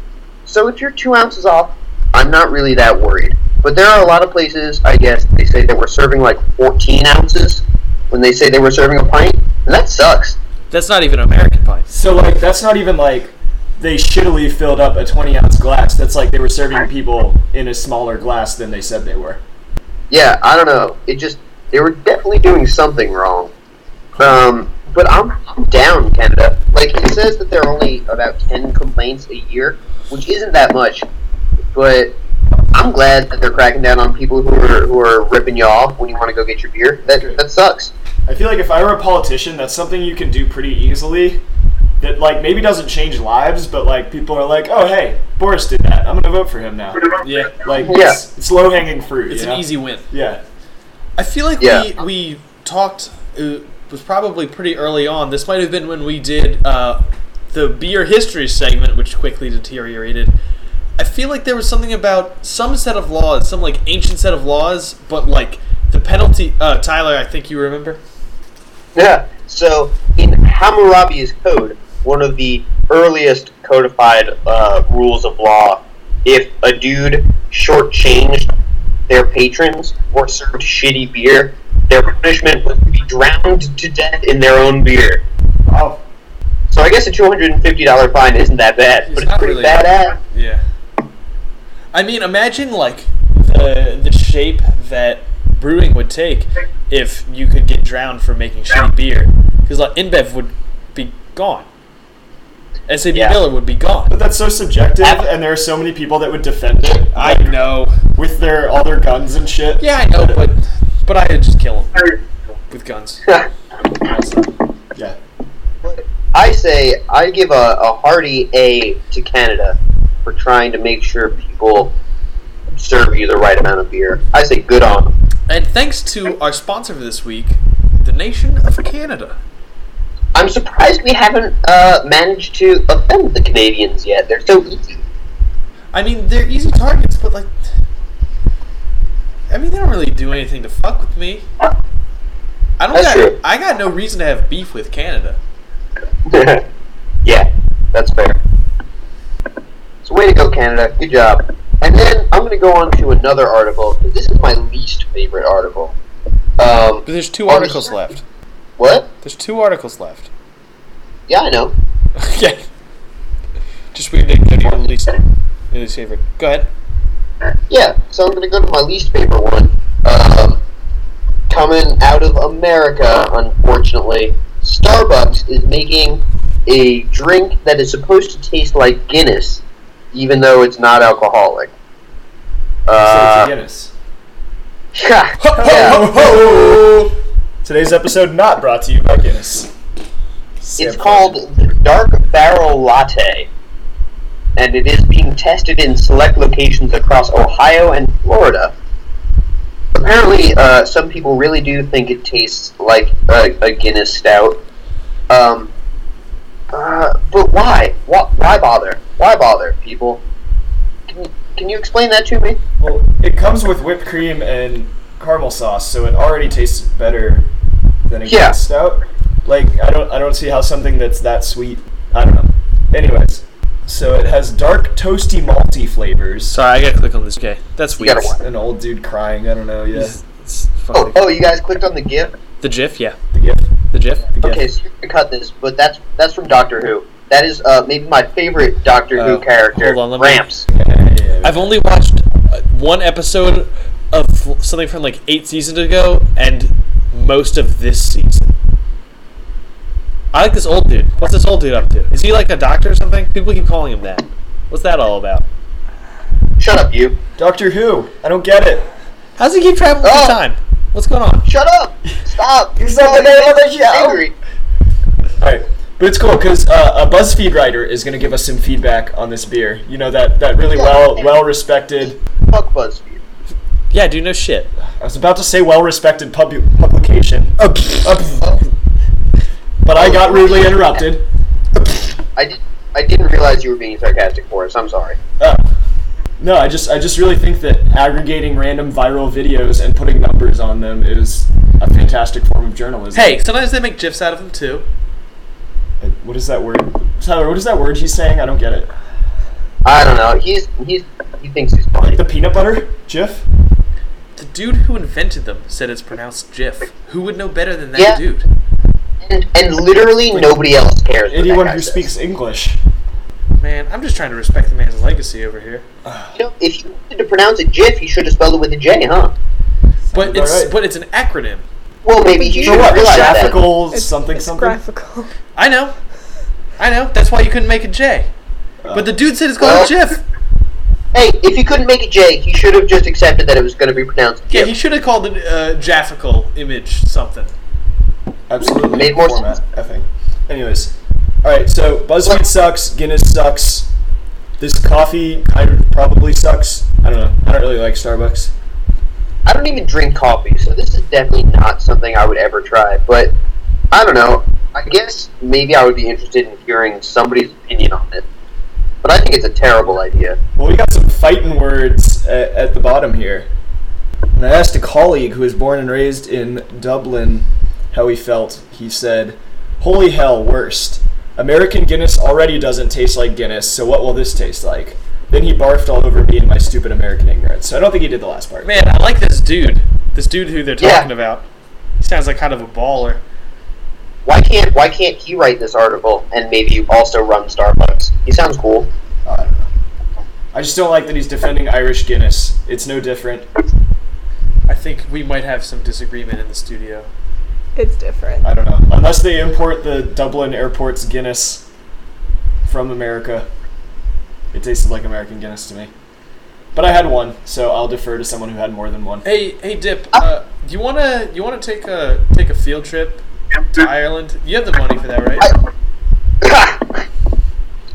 A: so if you're two ounces off, I'm not really that worried. But there are a lot of places, I guess, they say that we're serving like 14 ounces when they say they were serving a pint, and that sucks.
G: That's not even American pints.
E: So like that's not even like they shittily filled up a 20 ounce glass. That's like they were serving people in a smaller glass than they said they were.
A: Yeah, I don't know. It just they were definitely doing something wrong. Um, but I'm, I'm down Canada. Like it says that there are only about ten complaints a year, which isn't that much. But I'm glad that they're cracking down on people who are who are ripping you off when you want to go get your beer. That that sucks.
E: I feel like if I were a politician, that's something you can do pretty easily. That like maybe doesn't change lives, but like people are like, oh hey, Boris did that. I'm gonna vote for him now.
G: Yeah,
E: Like
A: Yeah.
E: it's, it's low hanging fruit.
G: it's
E: you know?
G: an easy win.
E: Yeah.
G: I feel like
A: Yeah.
G: we we talked it was probably pretty early on. This might have been when we did uh, the beer history segment, which quickly deteriorated. I feel like there was something about some set of laws, some like ancient set of laws, but like the penalty. Uh, Tyler, I think you remember.
A: Yeah. So in Hammurabi's code, one of the earliest codified uh, rules of law, if a dude shortchanged their patrons or served shitty beer, their punishment was to be drowned to death in their own beer.
E: Oh,
A: So I guess a two hundred and fifty dollar fine isn't that bad,
G: It's
A: but
G: not
A: it's pretty
G: really-
A: badass.
G: Yeah. I mean, imagine like the the shape that brewing would take if you could get drowned for making shitty beer, because like InBev would be gone. SAB
A: Yeah.
G: Miller would be gone.
E: But that's so subjective, and there are so many people that would defend it.
G: I
E: like,
G: know.
E: with their all their guns and shit.
G: Yeah, I know, but but I would just kill him with guns.
E: Yeah.
A: I say I give a, a hearty A to Canada for trying to make sure people serve you the right amount of beer. I say good on them.
G: And thanks to our sponsor for this week, the nation of Canada.
A: I'm surprised we haven't uh, managed to offend the Canadians yet. They're so easy.
G: I mean, they're easy targets, but like, I mean, they don't really do anything to fuck with me. I don't.
A: That's
G: got,
A: true.
G: I got no reason to have beef with Canada.
A: (laughs) yeah, that's fair. So way to go, Canada. Good job. And then I'm going to go on to another article. 'cause This is my least favorite article. Um,
G: But there's two
A: Oh,
G: articles
A: sure.
G: left.
A: what?
G: There's two articles left. (laughs)
A: Yeah, I know.
G: Okay. Just we didn't get your least, your least favorite. Go ahead.
A: Yeah, so I'm gonna go to my least favorite one. Um, coming out of America, unfortunately, Starbucks is making a drink that is supposed to taste like Guinness, even though it's not alcoholic.
E: So it's a
A: Uh,
E: Guinness.
A: (laughs) yeah,
E: Ho, ho, ho. (laughs) Today's episode not brought to you by Guinness.
A: it's
E: Sam
A: called the Dark Barrel Latte, and it is being tested in select locations across Ohio and Florida. apparently uh, some people really do think it tastes like a, a Guinness stout. Um, uh, but why? why? Why bother? Why bother, people? Can you, can you explain that to me?
E: Well, it comes with whipped cream and caramel sauce, so it already tastes better than a
A: Yeah.
E: Guinness stout. Like I don't I don't see how something that's that sweet. I don't know. Anyways, so it has dark toasty malty flavors.
G: Sorry, I gotta click on this. Okay, that's weird.
A: gotta watch.
E: An old dude crying. I don't know. Yeah.
G: It's- it's
A: Oh,
G: fucking-
A: oh, you guys clicked on the GIF.
G: The GIF, yeah,
E: The gift.
G: the GIF.
E: The gift.
A: Okay, so you can cut this, but that's that's from Doctor Who. That is uh, maybe my favorite Doctor
G: Oh,
A: Who character,
G: hold on, let me-
A: Ramps.
E: Yeah,
G: I've only watched uh, one episode of something from like eight seasons ago, and most of this season. I like this old dude. What's this old dude up to? Is he like a doctor or something? People keep calling him that. What's that all about?
A: Shut up, you.
E: Doctor Who. I don't get it.
G: How's he keep traveling through
A: Oh.
G: time? What's going on?
A: Shut up. Stop.
E: You said the name of the
A: You're
E: show.
A: Angry.
E: Alright. But it's cool because uh, a BuzzFeed writer is going to give us some feedback on this beer. You know that that really
A: Yeah.
E: well well respected.
A: Fuck BuzzFeed.
G: Yeah, dude, no shit.
E: I was about to say well respected pub- publication,
A: Oh.
E: but I got rudely interrupted.
A: I did. I didn't realize you were being sarcastic for us. I'm sorry.
E: Uh, no, I just I just really think that aggregating random viral videos and putting numbers on them is a fantastic form of journalism.
G: Hey, sometimes they make gifs out of him too.
E: Uh, what is that word? Tyler, what is that word he's saying? I don't get it.
A: I don't know. He's he's he thinks he's funny.
E: Like the peanut butter GIF?
G: The dude who invented them said it's pronounced GIF. Who would know better than that
A: Yeah.
G: dude?
A: And, and literally nobody else cares. what
E: Anyone
A: that guy
E: who
A: says.
E: speaks English.
G: Man, I'm just trying to respect the man's legacy over here.
A: You know, if you wanted to pronounce it GIF, you should have spelled it with a J, huh?
G: But
E: about
G: it's
E: right.
G: but it's an acronym.
A: Well, maybe he
F: For
A: should
E: For what?
A: realize that.
E: Graphical
F: It's-
E: something
F: it's
E: something?
F: graphical. (laughs)
G: I know. I know. That's why you couldn't make a J. But the dude said it's called a
A: Well-
G: GIF.
A: Hey, if he couldn't make a J, he should have just accepted that it was going to be pronounced
G: Yeah,
A: GIF.
G: he should have called it uh, Jaffical image something.
E: Absolutely.
A: Made more
E: format, I think. Anyways. Alright, so BuzzFeed sucks, Guinness sucks, this coffee kind of probably sucks. I don't know. I don't really like Starbucks.
A: I don't even drink coffee, so this is definitely not something I would ever try. But I don't know. I guess maybe I would be interested in hearing somebody's opinion on it. But I think it's a terrible idea.
E: Well, we got some fighting words at, at the bottom here. And I asked a colleague who was born and raised in Dublin how he felt. He said, Holy hell, worst. American Guinness already doesn't taste like Guinness, so what will this taste like? Then he barfed all over me and my stupid American ignorance. So I don't think he did the last part.
G: Man, I like this dude. This dude who they're
A: Yeah.
G: talking about. He sounds like kind of a baller.
A: Why can't why can't he write this article and maybe also run Starbucks? He sounds cool.
E: I don't know. I just don't like that he's defending Irish Guinness. It's no different.
G: I think we might have some disagreement in the studio.
F: It's different.
E: I don't know. Unless they import the Dublin airport's Guinness from America. It tasted like American Guinness to me. But I had one, so I'll defer to someone who had more than one.
G: Hey, hey, Dip. Uh, do you wanna you wanna take a take a field trip to Ireland? You have the money for that, right?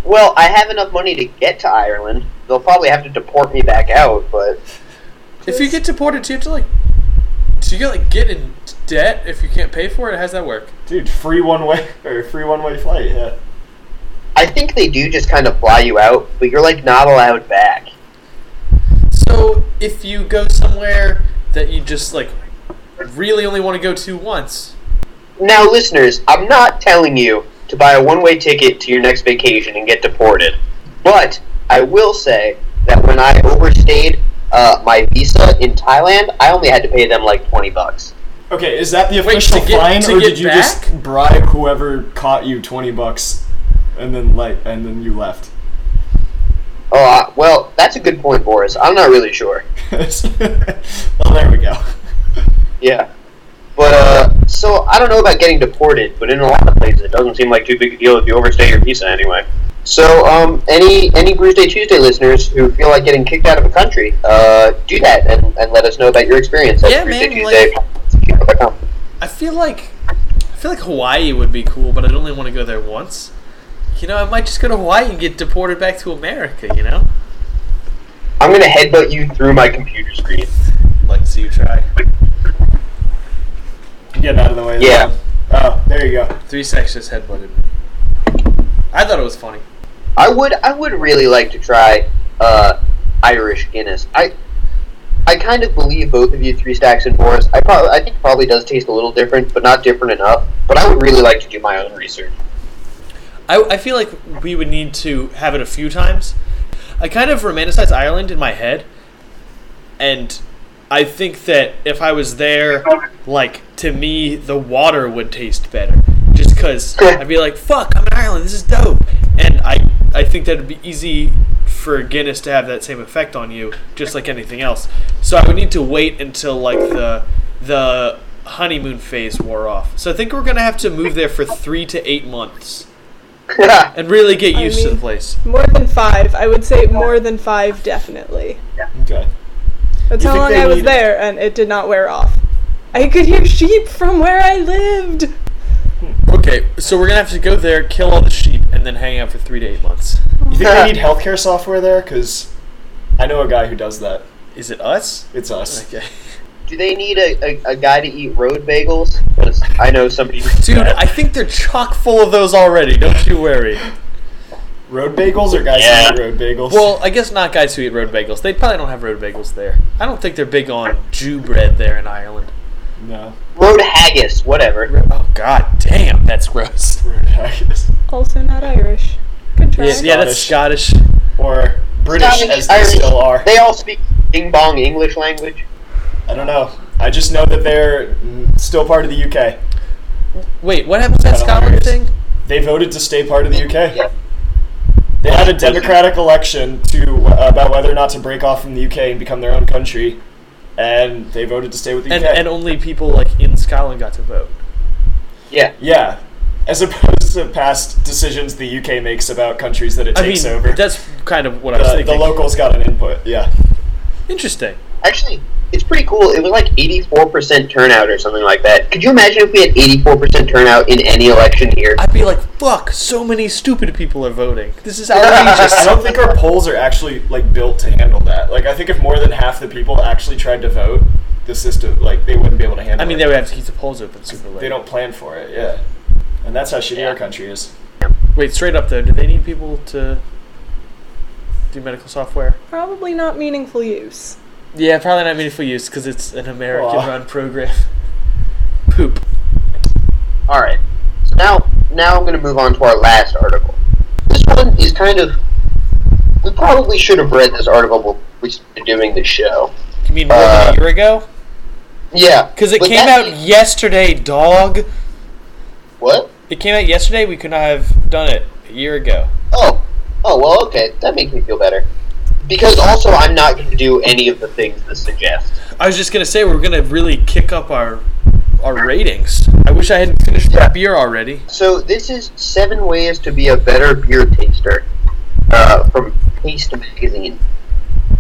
A: well, I have enough money to get to Ireland. They'll probably have to deport me back out, but
G: If you get deported, do you have to like? Do you like get in debt if you can't pay for it? How's that work?
E: Dude, free one way (laughs) or free one way flight, yeah.
A: I think they do just kind of fly you out, but you're like not allowed back.
G: So if you go somewhere that you just like really only want to go to once,
A: Now, listeners, I'm not telling you to buy a one way ticket to your next vacation and get deported, but I will say that when I overstayed uh, my visa in Thailand, I only had to pay them like 20 bucks.
E: Okay, is that the
G: Wait,
E: official
G: to get-
E: fine,
G: to
E: or
G: get
E: did you
G: back?
E: just bribe whoever caught you twenty bucks, and then like, and then you left? (laughs)
A: Oh, uh, well, that's a good point, Boris. I'm not really sure.
E: well, there we go. (laughs)
A: Yeah. But, uh, so I don't know about getting deported, but in a lot of places, it doesn't seem like too big a deal if you overstay your visa anyway. So, um, any any Bruce Day Tuesday listeners who feel like getting kicked out of a country, uh, do that and, and let us know about your experience. at
G: Yeah,
A: Bruce Day
G: man,
A: Tuesday gmail.com.
G: I feel like I feel like Hawaii would be cool, but I'd only want to go there once. You know, I might just go to Hawaii and get deported back to America. You know,
A: I'm gonna headbutt you through my computer screen.
G: like to see you try.
E: I'm getting out of the way.
A: Yeah.
E: Oh, there you go.
G: Three sex just headbutted me. I thought it was funny.
A: I would I would really like to try uh, Irish Guinness. I I kind of believe both of you, Three Stacks and Boris. I probably I think it probably does taste a little different, but not different enough. But I would really like to do my own research. (laughs)
G: I, I feel like we would need to have it a few times. I kind of romanticize Ireland in my head, and I think that if I was there, like to me, the water would taste better, just because I'd be like, "Fuck, I'm in Ireland. This is dope," and I I think that'd be easy for Guinness to have that same effect on you, just like anything else. So I would need to wait until like the the honeymoon phase wore off. So I think we're gonna have to move there for three to eight months and really get
F: I
G: used to the
F: mean-
G: place.
F: More than five. I would say more than five, definitely.
E: Okay.
F: That's
E: You
F: how
E: think
F: long
E: they
F: I was
E: need-
F: there, and it did not wear off. I could hear sheep from where I lived.
G: Okay, so we're gonna have to go there, kill all the sheep, and then hang out for three to eight months.
E: You
G: (laughs)
E: think they need healthcare software there? Because I know a guy who does that.
G: Is it us?
E: It's us.
G: Okay.
A: Do they need a, a, a guy to eat road bagels? 'Cause I know somebody.
G: (laughs) Dude, I think they're chock full of those already, don't you worry.
E: Road bagels or guys
A: Yeah.
E: who eat road bagels?
G: Well, I guess not guys who eat road bagels. They probably don't have road bagels there. I don't think they're big on Jew bread there in Ireland.
E: no.
A: road haggis, whatever.
G: Oh god damn, that's gross.
E: Road haggis.
F: Also not Irish. Good try.
G: Yeah, yeah, that's Scottish.
E: Or British,
A: Scottish,
E: as they
A: Irish,
E: still are.
A: They all speak Bing Bong English language.
E: I don't know. I just know that they're mm, still part of the UK.
G: Wait, what happened to that
E: Kinda
G: Scotland
E: hilarious.
G: thing?
E: They voted to stay part of the UK.
A: Yeah.
E: They had a democratic election to uh, about whether or not to break off from the UK and become their own country, and they voted to stay with the
G: And
E: UK.
G: and only people like in Scotland got to vote.
A: Yeah.
E: yeah, as opposed to past decisions the UK makes about countries that it
G: I mean,
E: takes over.
G: that's kind of what I was
E: the, the
G: thinking.
E: locals got an input. Yeah,
G: Interesting.
A: Actually, it's pretty cool. It was like 84% turnout or something like that. Could you imagine if we had 84% turnout in any election here?
G: I'd be like, fuck, so many stupid people are voting. This is
E: (laughs) I
G: outrageous.
E: don't think our polls are actually like built to handle that. Like, I think if more than half the people actually tried to vote, the system like they wouldn't be able to
G: I
E: handle.
G: mean,
E: it.
G: they would have to keep the polls open super late.
E: they don't plan for it. Yeah, and that's how shitty our country is.
G: Wait, straight up though, do they need people to do medical software?
F: Probably not meaningful use.
G: Yeah, probably not meaningful use because it's an American-run
E: American-run
G: program. (laughs) Poop.
A: All right. So now, now I'm going to move on to our last article. This one is kind of. We probably should have read this article while we were doing the show.
G: You mean more than
A: Uh,
G: a year ago?
A: Yeah.
G: Because it
A: but
G: came
A: that-
G: out yesterday, dog.
A: What?
G: It came out yesterday. We could not have done it a year ago.
A: Oh. Oh, well, okay. That makes me feel better. Because also, I'm not going to do any of the things this suggests.
G: I was just gonna say we're gonna really kick up our our ratings. I wish I hadn't finished that beer already.
A: So this is seven ways to be a better beer taster uh, from Taste Magazine,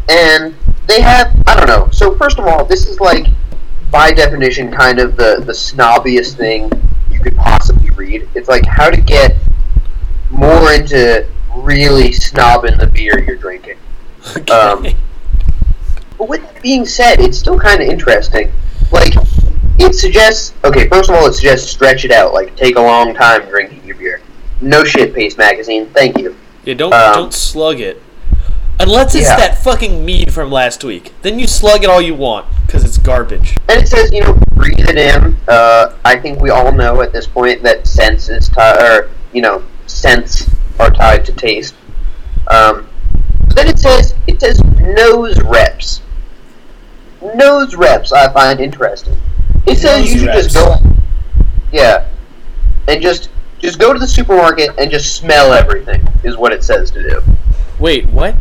A: and they have I don't know. So first of all, this is like by definition kind of the the snobbiest thing you could possibly read. It's like how to get more into really snobbing the beer you're drinking.
G: (laughs)
A: Um, but with that being said, it's still kind of interesting. Like, it suggests. Okay, first of all, it suggests stretch it out. Like, take a long time drinking your beer. No shit, Pace Magazine. Thank you.
G: Yeah, don't
A: Um,
G: don't slug it. Unless it's
A: Yeah.
G: that fucking mead from last week, then you slug it all you want because it's garbage.
A: And it says, you know, breathe it in. Uh, I think we all know at this point that sense is tied, or you know, scents are tied to taste. Um, but then it says it says nose reps. Nose reps I find interesting. It says
E: Nose
A: you should just go,
E: reps.
A: yeah, and just just go to the supermarket and just smell everything is what it says to do.
G: Wait, what?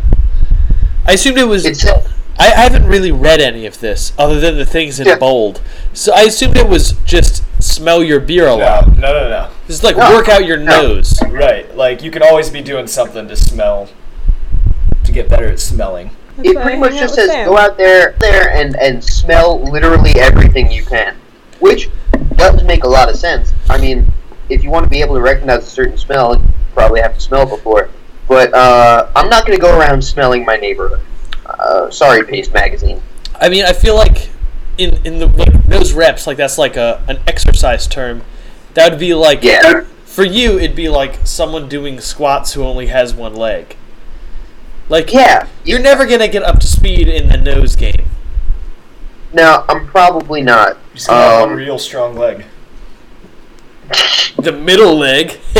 G: I assumed it was.
A: It says
G: I, I haven't really read any of this other than the things in
A: Yeah.
G: bold. So I assumed it was just smell your beer a
E: No,
G: lot.
E: no, no, no.
G: It's like
A: No.
G: work out your
A: No.
G: nose.
E: Right, like you can always be doing something to smell, to get better at smelling.
A: it
F: why I
A: pretty much
F: hang out
A: just
F: with
A: says
F: Sam.
A: go out there there and and smell literally everything you can which does make a lot of sense i mean if you want to be able to recognize a certain smell you probably have to smell before but uh, i'm not going to go around smelling my neighborhood uh, sorry paste magazine
G: I mean, I feel like in in the like, those reps, like that's like a an exercise term. That would be like
A: yeah
G: for you, it'd be like someone doing squats who only has one leg. Like
A: yeah
G: you're never gonna get up to speed in the nose game.
A: no i'm probably not
E: You just gotta have one
A: Um,
E: real strong leg.
G: The middle leg, (laughs)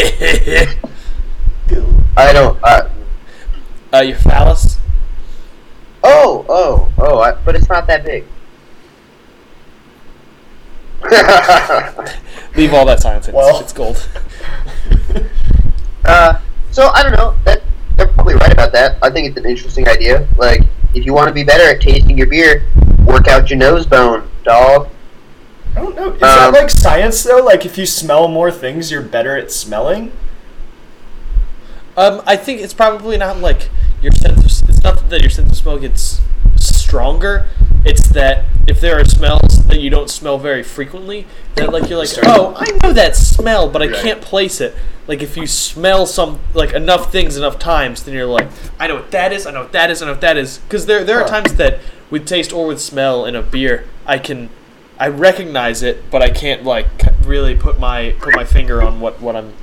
A: i don't uh,
G: uh, your phallus.
A: oh oh oh I, but it's not that big (laughs)
G: Leave all that science. in. It's,
E: Well.
G: it's gold.
A: Uh, so I don't know. That they're probably right about that. I think it's an interesting idea. Like, if you want to be better at tasting your beer, work out your nose bone, dog.
E: I don't know. Is that
A: Um,
E: like science though? Like if you smell more things, you're better at smelling.
G: Um, I think it's probably not like your sense of. It's not that your sense of smell gets stronger. It's that if there are smells that you don't smell very frequently, that like you're like,
E: Sorry.
G: oh, I know that smell, but I
E: Right.
G: can't place it. Like if you smell some like enough things enough times, then you're like, I know what that is. I know what that is. I know what that is. Because there there are
E: Huh.
G: times that with taste or with smell in a beer, I can. I recognize it, but I can't like c- really put my put my finger on what, what I'm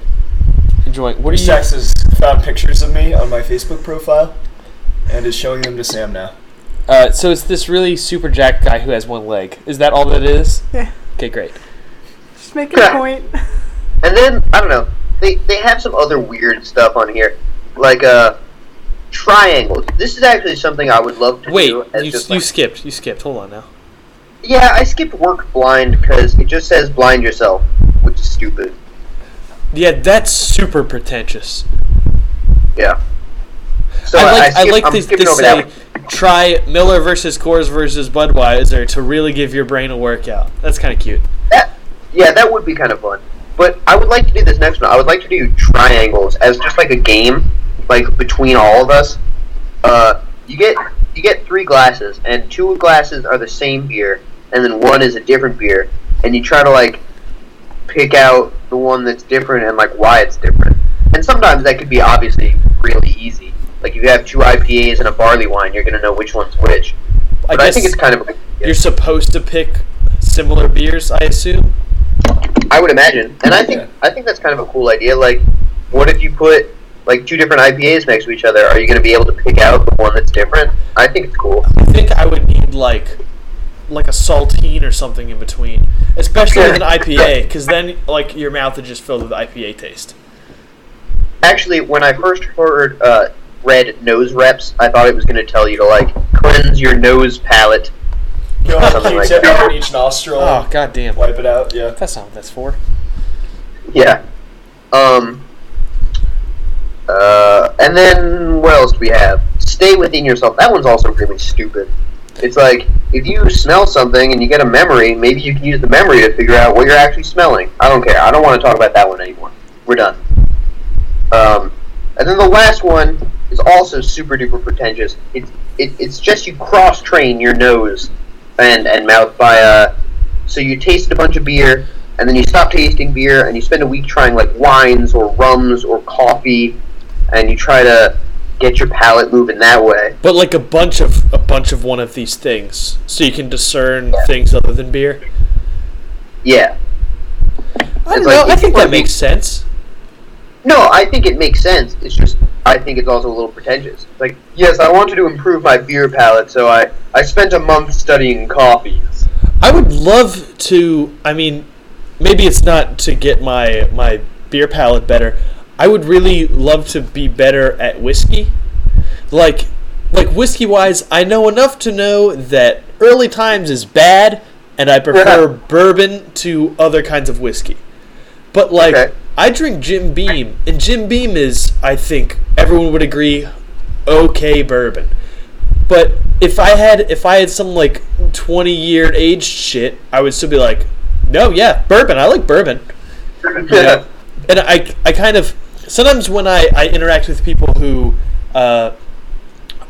G: enjoying. What are you?
E: Sax has found pictures of me on my Facebook profile and is showing them to Sam now.
G: Uh, so it's this really super jack guy who has one leg. Is that all that it is?
F: Yeah.
G: Okay, great.
F: Just making a point.
A: And then I don't know. They they have some other weird stuff on here, like uh, triangles. This is actually something I would love to
G: Wait,
A: do. as
G: you,
A: just
G: you
A: like-
G: skipped. You skipped. Hold on now.
A: yeah, I skipped work blind because it just says blind yourself, which is stupid.
G: Yeah, that's super pretentious.
A: Yeah. So
G: I like I,
A: skip-
G: like
A: I'm
G: to,
A: skipping
G: to
A: over that
G: say
A: one.
G: try Miller versus Coors versus Budweiser to really give your brain a workout. That's kind of cute.
A: That, yeah, that would be kind of fun. But I would like to do this next one. I would like to do triangles as just like a game, like between all of us. Uh, you get you get three glasses, and two glasses are the same beer, and then one is a different beer, and you try to like pick out the one that's different and like why it's different. And sometimes that could be obviously really easy. Like if you have two IPAs and a barley wine, you're gonna know which one's which.
G: I
A: But I,
G: guess
A: think it's kind of
G: you're supposed to pick similar beers. I assume.
A: I would imagine, and I think
E: Yeah.
A: I think that's kind of a cool idea. Like, what if you put like two different IPAs next to each other? Are you going to be able to pick out the one that's different? I think it's cool.
G: I think I would need like like a saltine or something in between, especially with an IPA, because then like your mouth is just filled with IPA taste.
A: Actually, when I first heard uh, red nose reps, I thought it was going to tell you to like cleanse your nose palate.
E: You know,
G: (laughs)
A: Something like
E: Q-tip
A: that.
E: in each nostril,
G: Oh god damn.
E: wipe it out. Yeah.
G: That's not what that's for.
A: Yeah. Um. Uh, and then what else do we have? stay within yourself. That one's also really stupid. It's like if you smell something and you get a memory, maybe you can use the memory to figure out what you're actually smelling. I don't care. I don't want to talk about that one anymore. We're done. Um, and then the last one is also super duper pretentious. It's it, it's just you cross train your nose and and mouth by uh, so you taste a bunch of beer and then you stop tasting beer and you spend a week trying like wines or rums or coffee and you try to get your palate moving that way.
G: But like a bunch of a bunch of one of these things, so you can discern things other than beer.
A: Yeah.
G: I don't
A: It's like-
G: know. I
A: it's
G: think
A: like-
G: that makes sense.
A: No, I think it makes sense. It's just I think it's also a little pretentious. Like, yes, I wanted to improve my beer palate, so I I spent a month studying (laughs) coffees.
G: I would love to. I mean, maybe it's not to get my my beer palate better. I would really love to be better at whiskey. Like, like whiskey wise, I know enough to know that early times is bad, and I prefer bourbon to other kinds of whiskey. But like,
A: Okay.
G: I drink Jim Beam, and Jim Beam is, I think, everyone would agree, okay bourbon. But if I had if I had some like twenty year aged shit, I would still be like, no, yeah, bourbon. I like bourbon.
A: Yeah.
G: And I I kind of sometimes when I I interact with people who uh,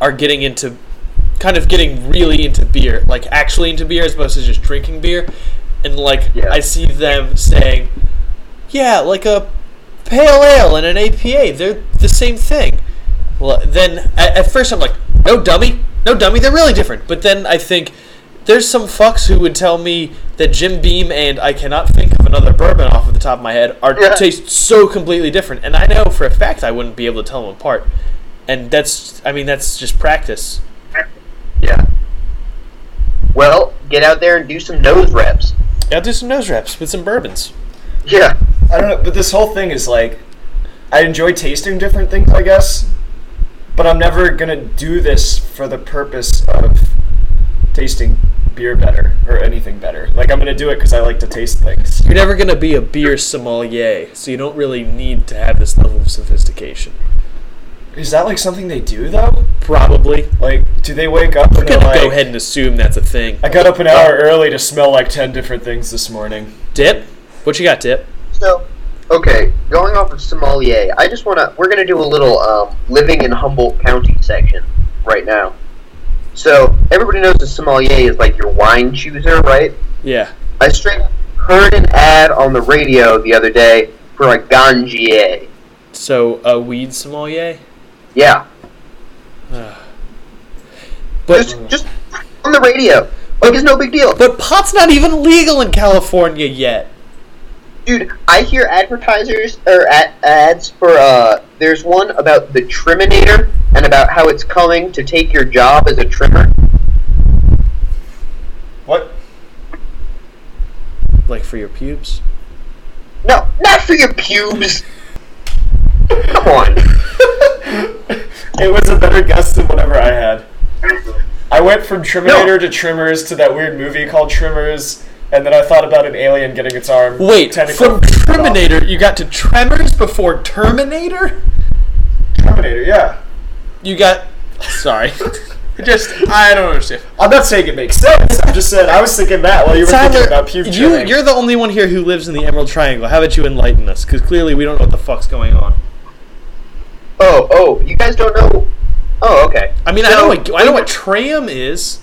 G: are getting into kind of getting really into beer, like actually into beer as opposed to just drinking beer, and like
A: Yeah.
G: I see them saying, yeah, like a pale ale and an APA, they're the same thing. Well, then at, at first I'm like, no dummy, no dummy, they're really different. But then I think there's some fucks who would tell me that Jim Beam and I cannot think of another bourbon off of the top of my head are
A: Yeah.
G: taste so completely different, and I know for a fact I wouldn't be able to tell them apart. And that's, I mean, that's just practice.
A: Yeah. Well, get out there and do some nose reps. (laughs)
G: Yeah, do some nose wraps with some bourbons.
A: Yeah.
E: I don't know, but this whole thing is like, I enjoy tasting different things, I guess, but I'm never gonna do this for the purpose of tasting beer better or anything better. Like, I'm gonna do it because I like to taste things.
G: You're never gonna be a beer sommelier, so you don't really need to have this level of sophistication.
E: Is that like something they do though?
G: Probably.
E: Like, do they wake up and
G: I'm
E: they're
G: gonna
E: like,
G: go ahead and assume that's a thing.
E: I got up an hour early to smell like 10 different things this morning?
G: Dip, what you got, Dip?
A: So, okay, going off of sommelier, I just wanna we're gonna do a little um, living in Humboldt County section right now. So everybody knows the sommelier is like your wine chooser, right?
G: Yeah.
A: I straight up heard an ad on the radio the other day for a gangier.
G: So a weed sommelier.
A: Yeah,
G: But
A: just
G: Mm.
A: just on the radio. Like it's no big deal,
G: but pot's not even legal in California yet.
A: dude. I hear advertisers or ad- ads for uh. There's one about the triminator and about how it's coming to take your job as a trimmer.
E: What?
G: Like for your pubes.
A: No, not for your pubes. Come on.
E: It was a better guess than whatever I had. I went from Triminator to Trimmers to that weird movie called Trimmers, and then I thought about an alien getting its arm.
G: Wait,
E: tentacle
G: from Terminator you got to Tremors before Terminator.
E: Terminator, yeah.
G: You got. (laughs) Sorry.
B: Just I don't understand.
E: I'm not saying it makes sense. I'm just saying I was thinking that while you were thinking
G: Tyler,
E: about pube
G: you,
E: trimming.
G: you're the only one here who lives in the Emerald Triangle. How about you enlighten us? Because clearly we don't know what the fuck's going on.
A: Oh, oh, you guys don't know. Oh, okay.
G: I mean, I know what I know what tram is,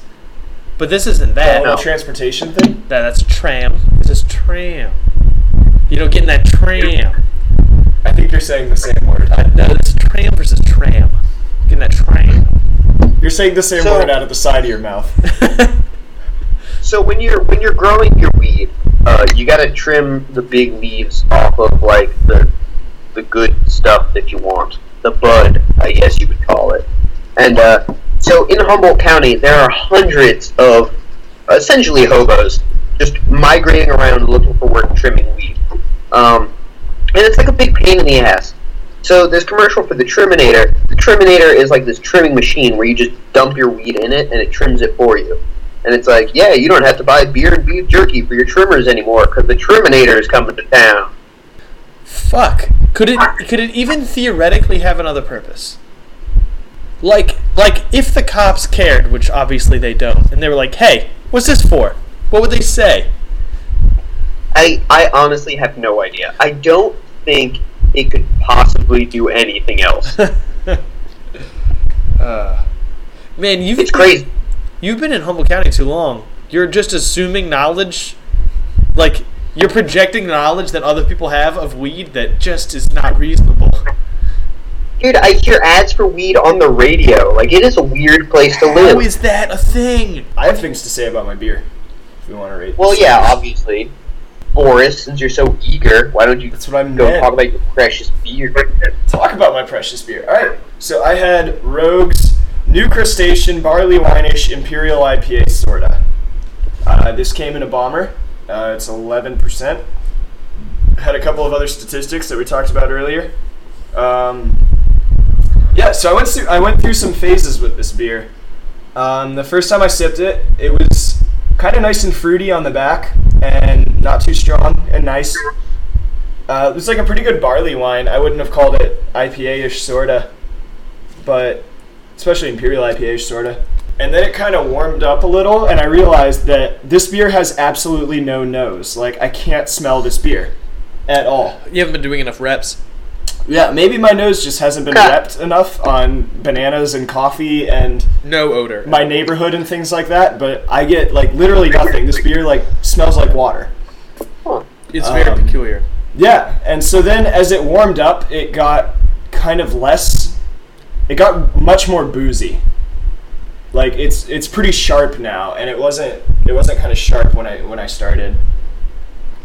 G: but this isn't that.
E: Oh, the transportation thing.
G: That that's tram. This is tram. You don't get in that tram.
E: I think you're saying the same word.
G: No, that's tram versus tram. Get in that (laughs) tram.
E: You're saying the same
A: So-
E: word out of the side of your mouth.
A: So when you're when you're growing your weed, uh, you gotta trim the big leaves off of like the the good stuff that you want, the bud, I guess you could call it. And uh, so in Humboldt County, there are hundreds of essentially hobos just migrating around looking for work trimming weed. Um, and it's like a big pain in the ass. So this commercial for the Triminator. The Triminator is like this trimming machine where you just dump your weed in it and it trims it for you. And it's like, yeah, you don't have to buy beer and beef jerky for your trimmers anymore because the Triminator is coming to town.
G: Fuck. Could it could it even theoretically have another purpose? Like, like if the cops cared, which obviously they don't, and they were like, "Hey, what's this for?" What would they say?
A: I, I honestly have no idea. I don't think it could possibly do anything else.
G: (laughs) Man, you've
A: it's crazy.
G: You've been in Humboldt County too long. You're just assuming knowledge, like you're projecting knowledge that other people have of weed that just is not reasonable.
A: Dude, I hear ads for weed on the radio. Like, it is a weird place to
G: How
A: live.
G: Oh, is that a thing?
E: I have things to say about my beer. If we want to rate.
A: well,
E: this.
A: yeah, obviously. Boris, since you're so eager, why don't you
E: That's what I'm.
A: go
E: meant.
A: talk about your precious beer?
E: talk about my precious beer. All right, so I had Rogue's New Crustacean Barley Wineish Imperial IPA Sorta. Uh, this came in a bomber. Uh, it's 11%. Had a couple of other statistics that we talked about earlier. Um, yeah, so I went through I went through some phases with this beer. Um, the first time I sipped it, it was kind of nice and fruity on the back, and not too strong and nice. Uh, it was like a pretty good barley wine. I wouldn't have called it IPA-ish sorta, but especially Imperial IPA-ish sorta. And then it kind of warmed up a little, and I realized that this beer has absolutely no nose. Like I can't smell this beer at all.
G: You haven't been doing enough reps.
E: Yeah, maybe my nose just hasn't been
A: Crap.
E: repped enough on bananas and coffee and
B: No odor.
E: my neighborhood and things like that. But I get like literally nothing. This beer like smells like water.
B: it's very
E: um,
B: peculiar.
E: Yeah, and so then as it warmed up, it got kind of less. It got much more boozy. Like it's it's pretty sharp now, and it wasn't it wasn't kind of sharp when I when I started.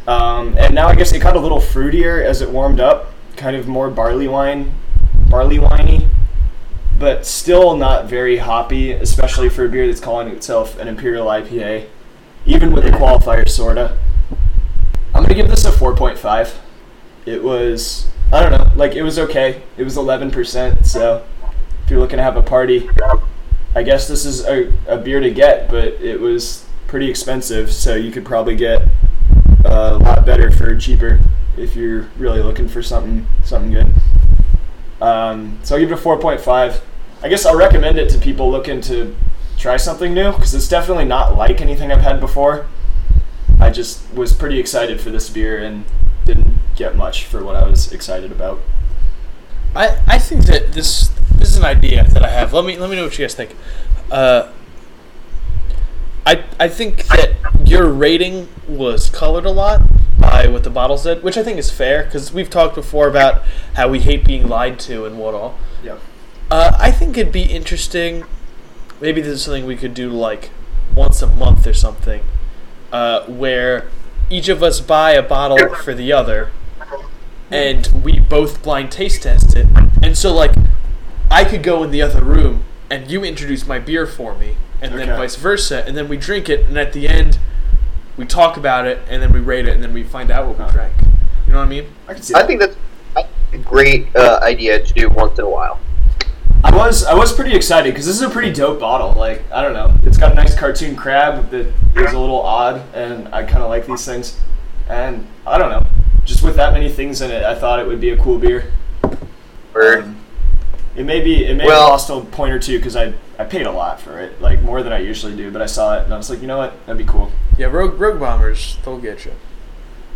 E: Um, and now I guess it got a little fruitier as it warmed up, kind of more barley wine, barley winey, but still not very hoppy, especially for a beer that's calling itself an imperial IPA, even with the qualifier sorta. I'm gonna give this a 4.5. It was I don't know, like it was okay. It was 11%, so if you're looking to have a party, I guess this is a, a beer to get, but it was pretty expensive, so you could probably get a lot better for cheaper if you're really looking for something something good. Um, so I'll give it a 4.5. I guess I'll recommend it to people looking to try something new because it's definitely not like anything I've had before. I just was pretty excited for this beer and didn't get much for what I was excited about.
G: I, I think that this this is an idea that I have. Let me let me know what you guys think. Uh, I I think that your rating was colored a lot by what the bottle said, which I think is fair because we've talked before about how we hate being lied to and what all.
E: Yep.
G: Uh, I think it'd be interesting. Maybe this is something we could do like once a month or something, uh, where each of us buy a bottle for the other, and we both blind taste test it. And so, like, I could go in the other room, and you introduce my beer for me, and then
E: Okay.
G: vice versa, and then we drink it, and at the end, we talk about it, and then we rate it, and then we find out what we drank. You know what I mean?
E: I can see
A: I
E: that.
A: think that's I think a great uh, idea to do once in a while.
E: I was I was pretty excited because this is a pretty dope bottle. Like I don't know, it's got a nice cartoon crab that is a little odd, and I kind of like these things. And I don't know, just with that many things in it, I thought it would be a cool beer.
A: Bird.
E: It may be it may
A: Well-
E: have lost a point or two because I I paid a lot for it, like more than I usually do. But I saw it and I was like, you know what, that'd be cool.
B: Yeah, rogue rogue bombers, they'll get you.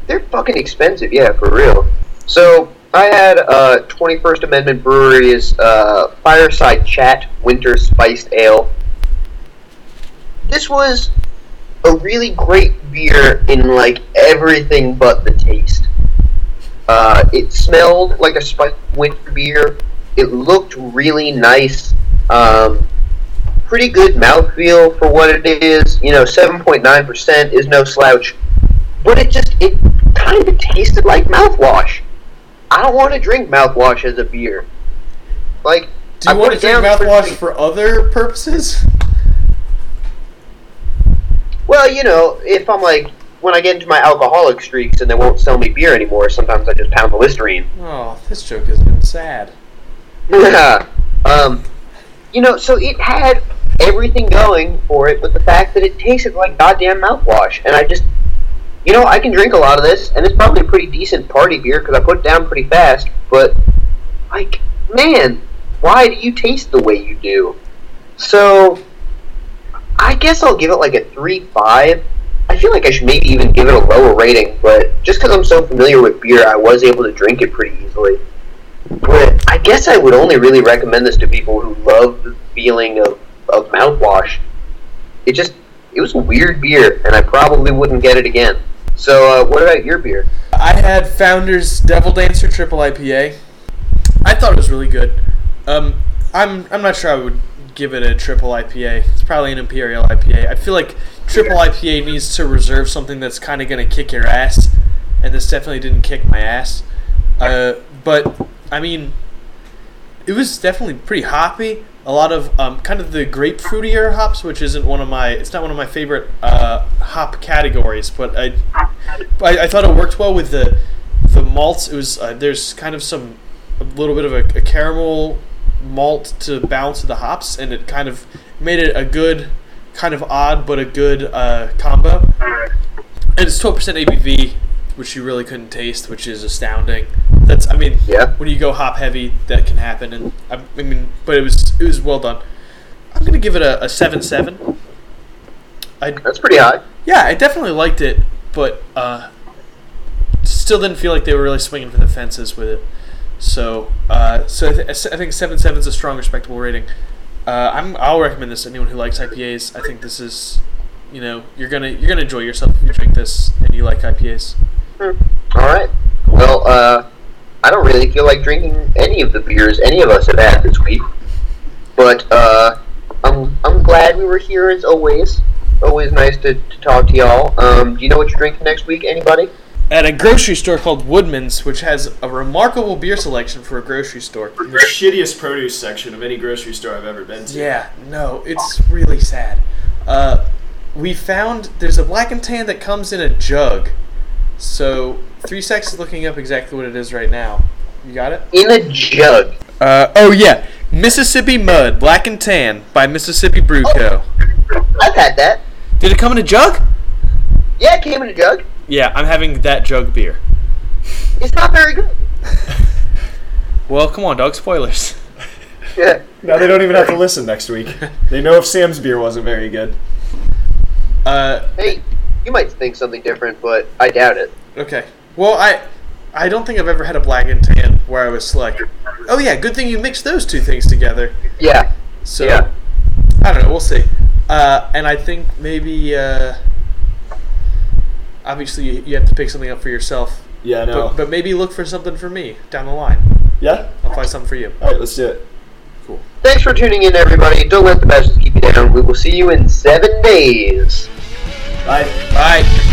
A: They're fucking expensive, yeah, for real. So I had uh, 21st Amendment Brewery's uh, Fireside Chat Winter Spiced Ale. This was a really great beer in like everything but the taste. Uh, it smelled like a spiced winter beer. It looked really nice. Um, pretty good mouthfeel for what it is. You know, 7.9% is no slouch but it just it kind of tasted like mouthwash. I don't want to drink mouthwash as a beer. Like,
B: Do you
A: I
B: want
A: put
B: to
A: it
B: drink
A: down
B: mouthwash
A: for-
B: for other purposes?
A: well, you know, if I'm like when I get into my alcoholic streaks and they won't sell me beer anymore, sometimes I just pound the Listerine.
B: Oh, this joke has been sad.
A: um, you know, so it had everything going for it, but the fact that it tasted like goddamn mouthwash, and I just, you know, I can drink a lot of this, and it's probably a pretty decent party beer because I put it down pretty fast. But like, man, why do you taste the way you do? So, I guess I'll give it like a 3 5. I feel like I should maybe even give it a lower rating, but just because I'm so familiar with beer, I was able to drink it pretty easily. But I guess I would only really recommend this to people who love the feeling of, of mouthwash. It just, it was a weird beer, and I probably wouldn't get it again. So, uh, what about your beer?
G: I had Founders Devil Dancer Triple IPA. I thought it was really good. Um, I'm I'm not sure I would give it a triple IPA. It's probably an imperial IPA. I feel like triple IPA needs to reserve something that's kind of gonna kick your ass, and this definitely didn't kick my ass. Uh, but I mean, it was definitely pretty hoppy. A lot of um, kind of the grapefruitier hops, which isn't one of my it's not one of my favorite uh, hop categories, but I I, I thought it worked well with the the malts. It was uh, there's kind of some a little bit of a, a caramel malt to balance the hops, and it kind of made it a good kind of odd but a good uh, combo. And it's twelve percent ABV, which you really couldn't taste, which is astounding. That's I mean
A: Yeah.
G: when you go hop heavy, that can happen, and I, I mean but it was it was well done. I'm gonna give it a, a seven seven. I
A: That's pretty high.
G: yeah, I definitely liked it, but uh, still didn't feel like they were really swinging for the fences with it. So, uh, so I, th- I s- I think seven seven is a strong, respectable rating. Uh, I'm I'll recommend this to anyone who likes IPAs. I think this is, you know, you're gonna you're gonna enjoy yourself if you drink this and you like IPAs.
A: All right. Well, uh, I don't really feel like drinking any of the beers any of us have had this week, but uh, I'm I'm glad we were here as always. Always nice to, to talk to y'all. Um, do you know what you're drinking next week? Anybody?
G: At a grocery store called Woodman's, which has a remarkable beer selection for a grocery store.
E: The shittiest produce section of any grocery store I've ever been to.
G: Yeah, no, it's really sad. Uh, we found there's a black and tan that comes in a jug. So three sex is looking up exactly what it is right now. You got it?
A: In a jug.
G: Uh, oh yeah, Mississippi Mud Black and Tan by Mississippi Brew Co.
A: I've had that.
G: Did it come in a jug?
A: Yeah, it came in a jug.
G: Yeah, I'm having that jug beer.
A: It's not very good.
G: Well, come on, dog. Spoilers.
A: Yeah.
E: Now they don't even have to listen next week. They know if Sam's beer wasn't very good.
G: Uh,
A: Hey, you might think something different, but I doubt it.
G: Okay. Well, I I don't think I've ever had a black and tan where I was like, oh yeah, good thing you mixed those two things together.
A: Yeah.
G: So
A: Yeah.
G: I don't know. We'll see. Uh, and I think maybe uh, obviously you, you have to pick something up for yourself,
E: Yeah, I know.
G: but, but maybe look for something for me down the line.
E: yeah?
G: I'll find something for you.
E: All right, let's do it.
A: Thanks for tuning in, everybody. Don't let the badges keep you down. We will see you in seven days.
E: Bye.
G: Bye.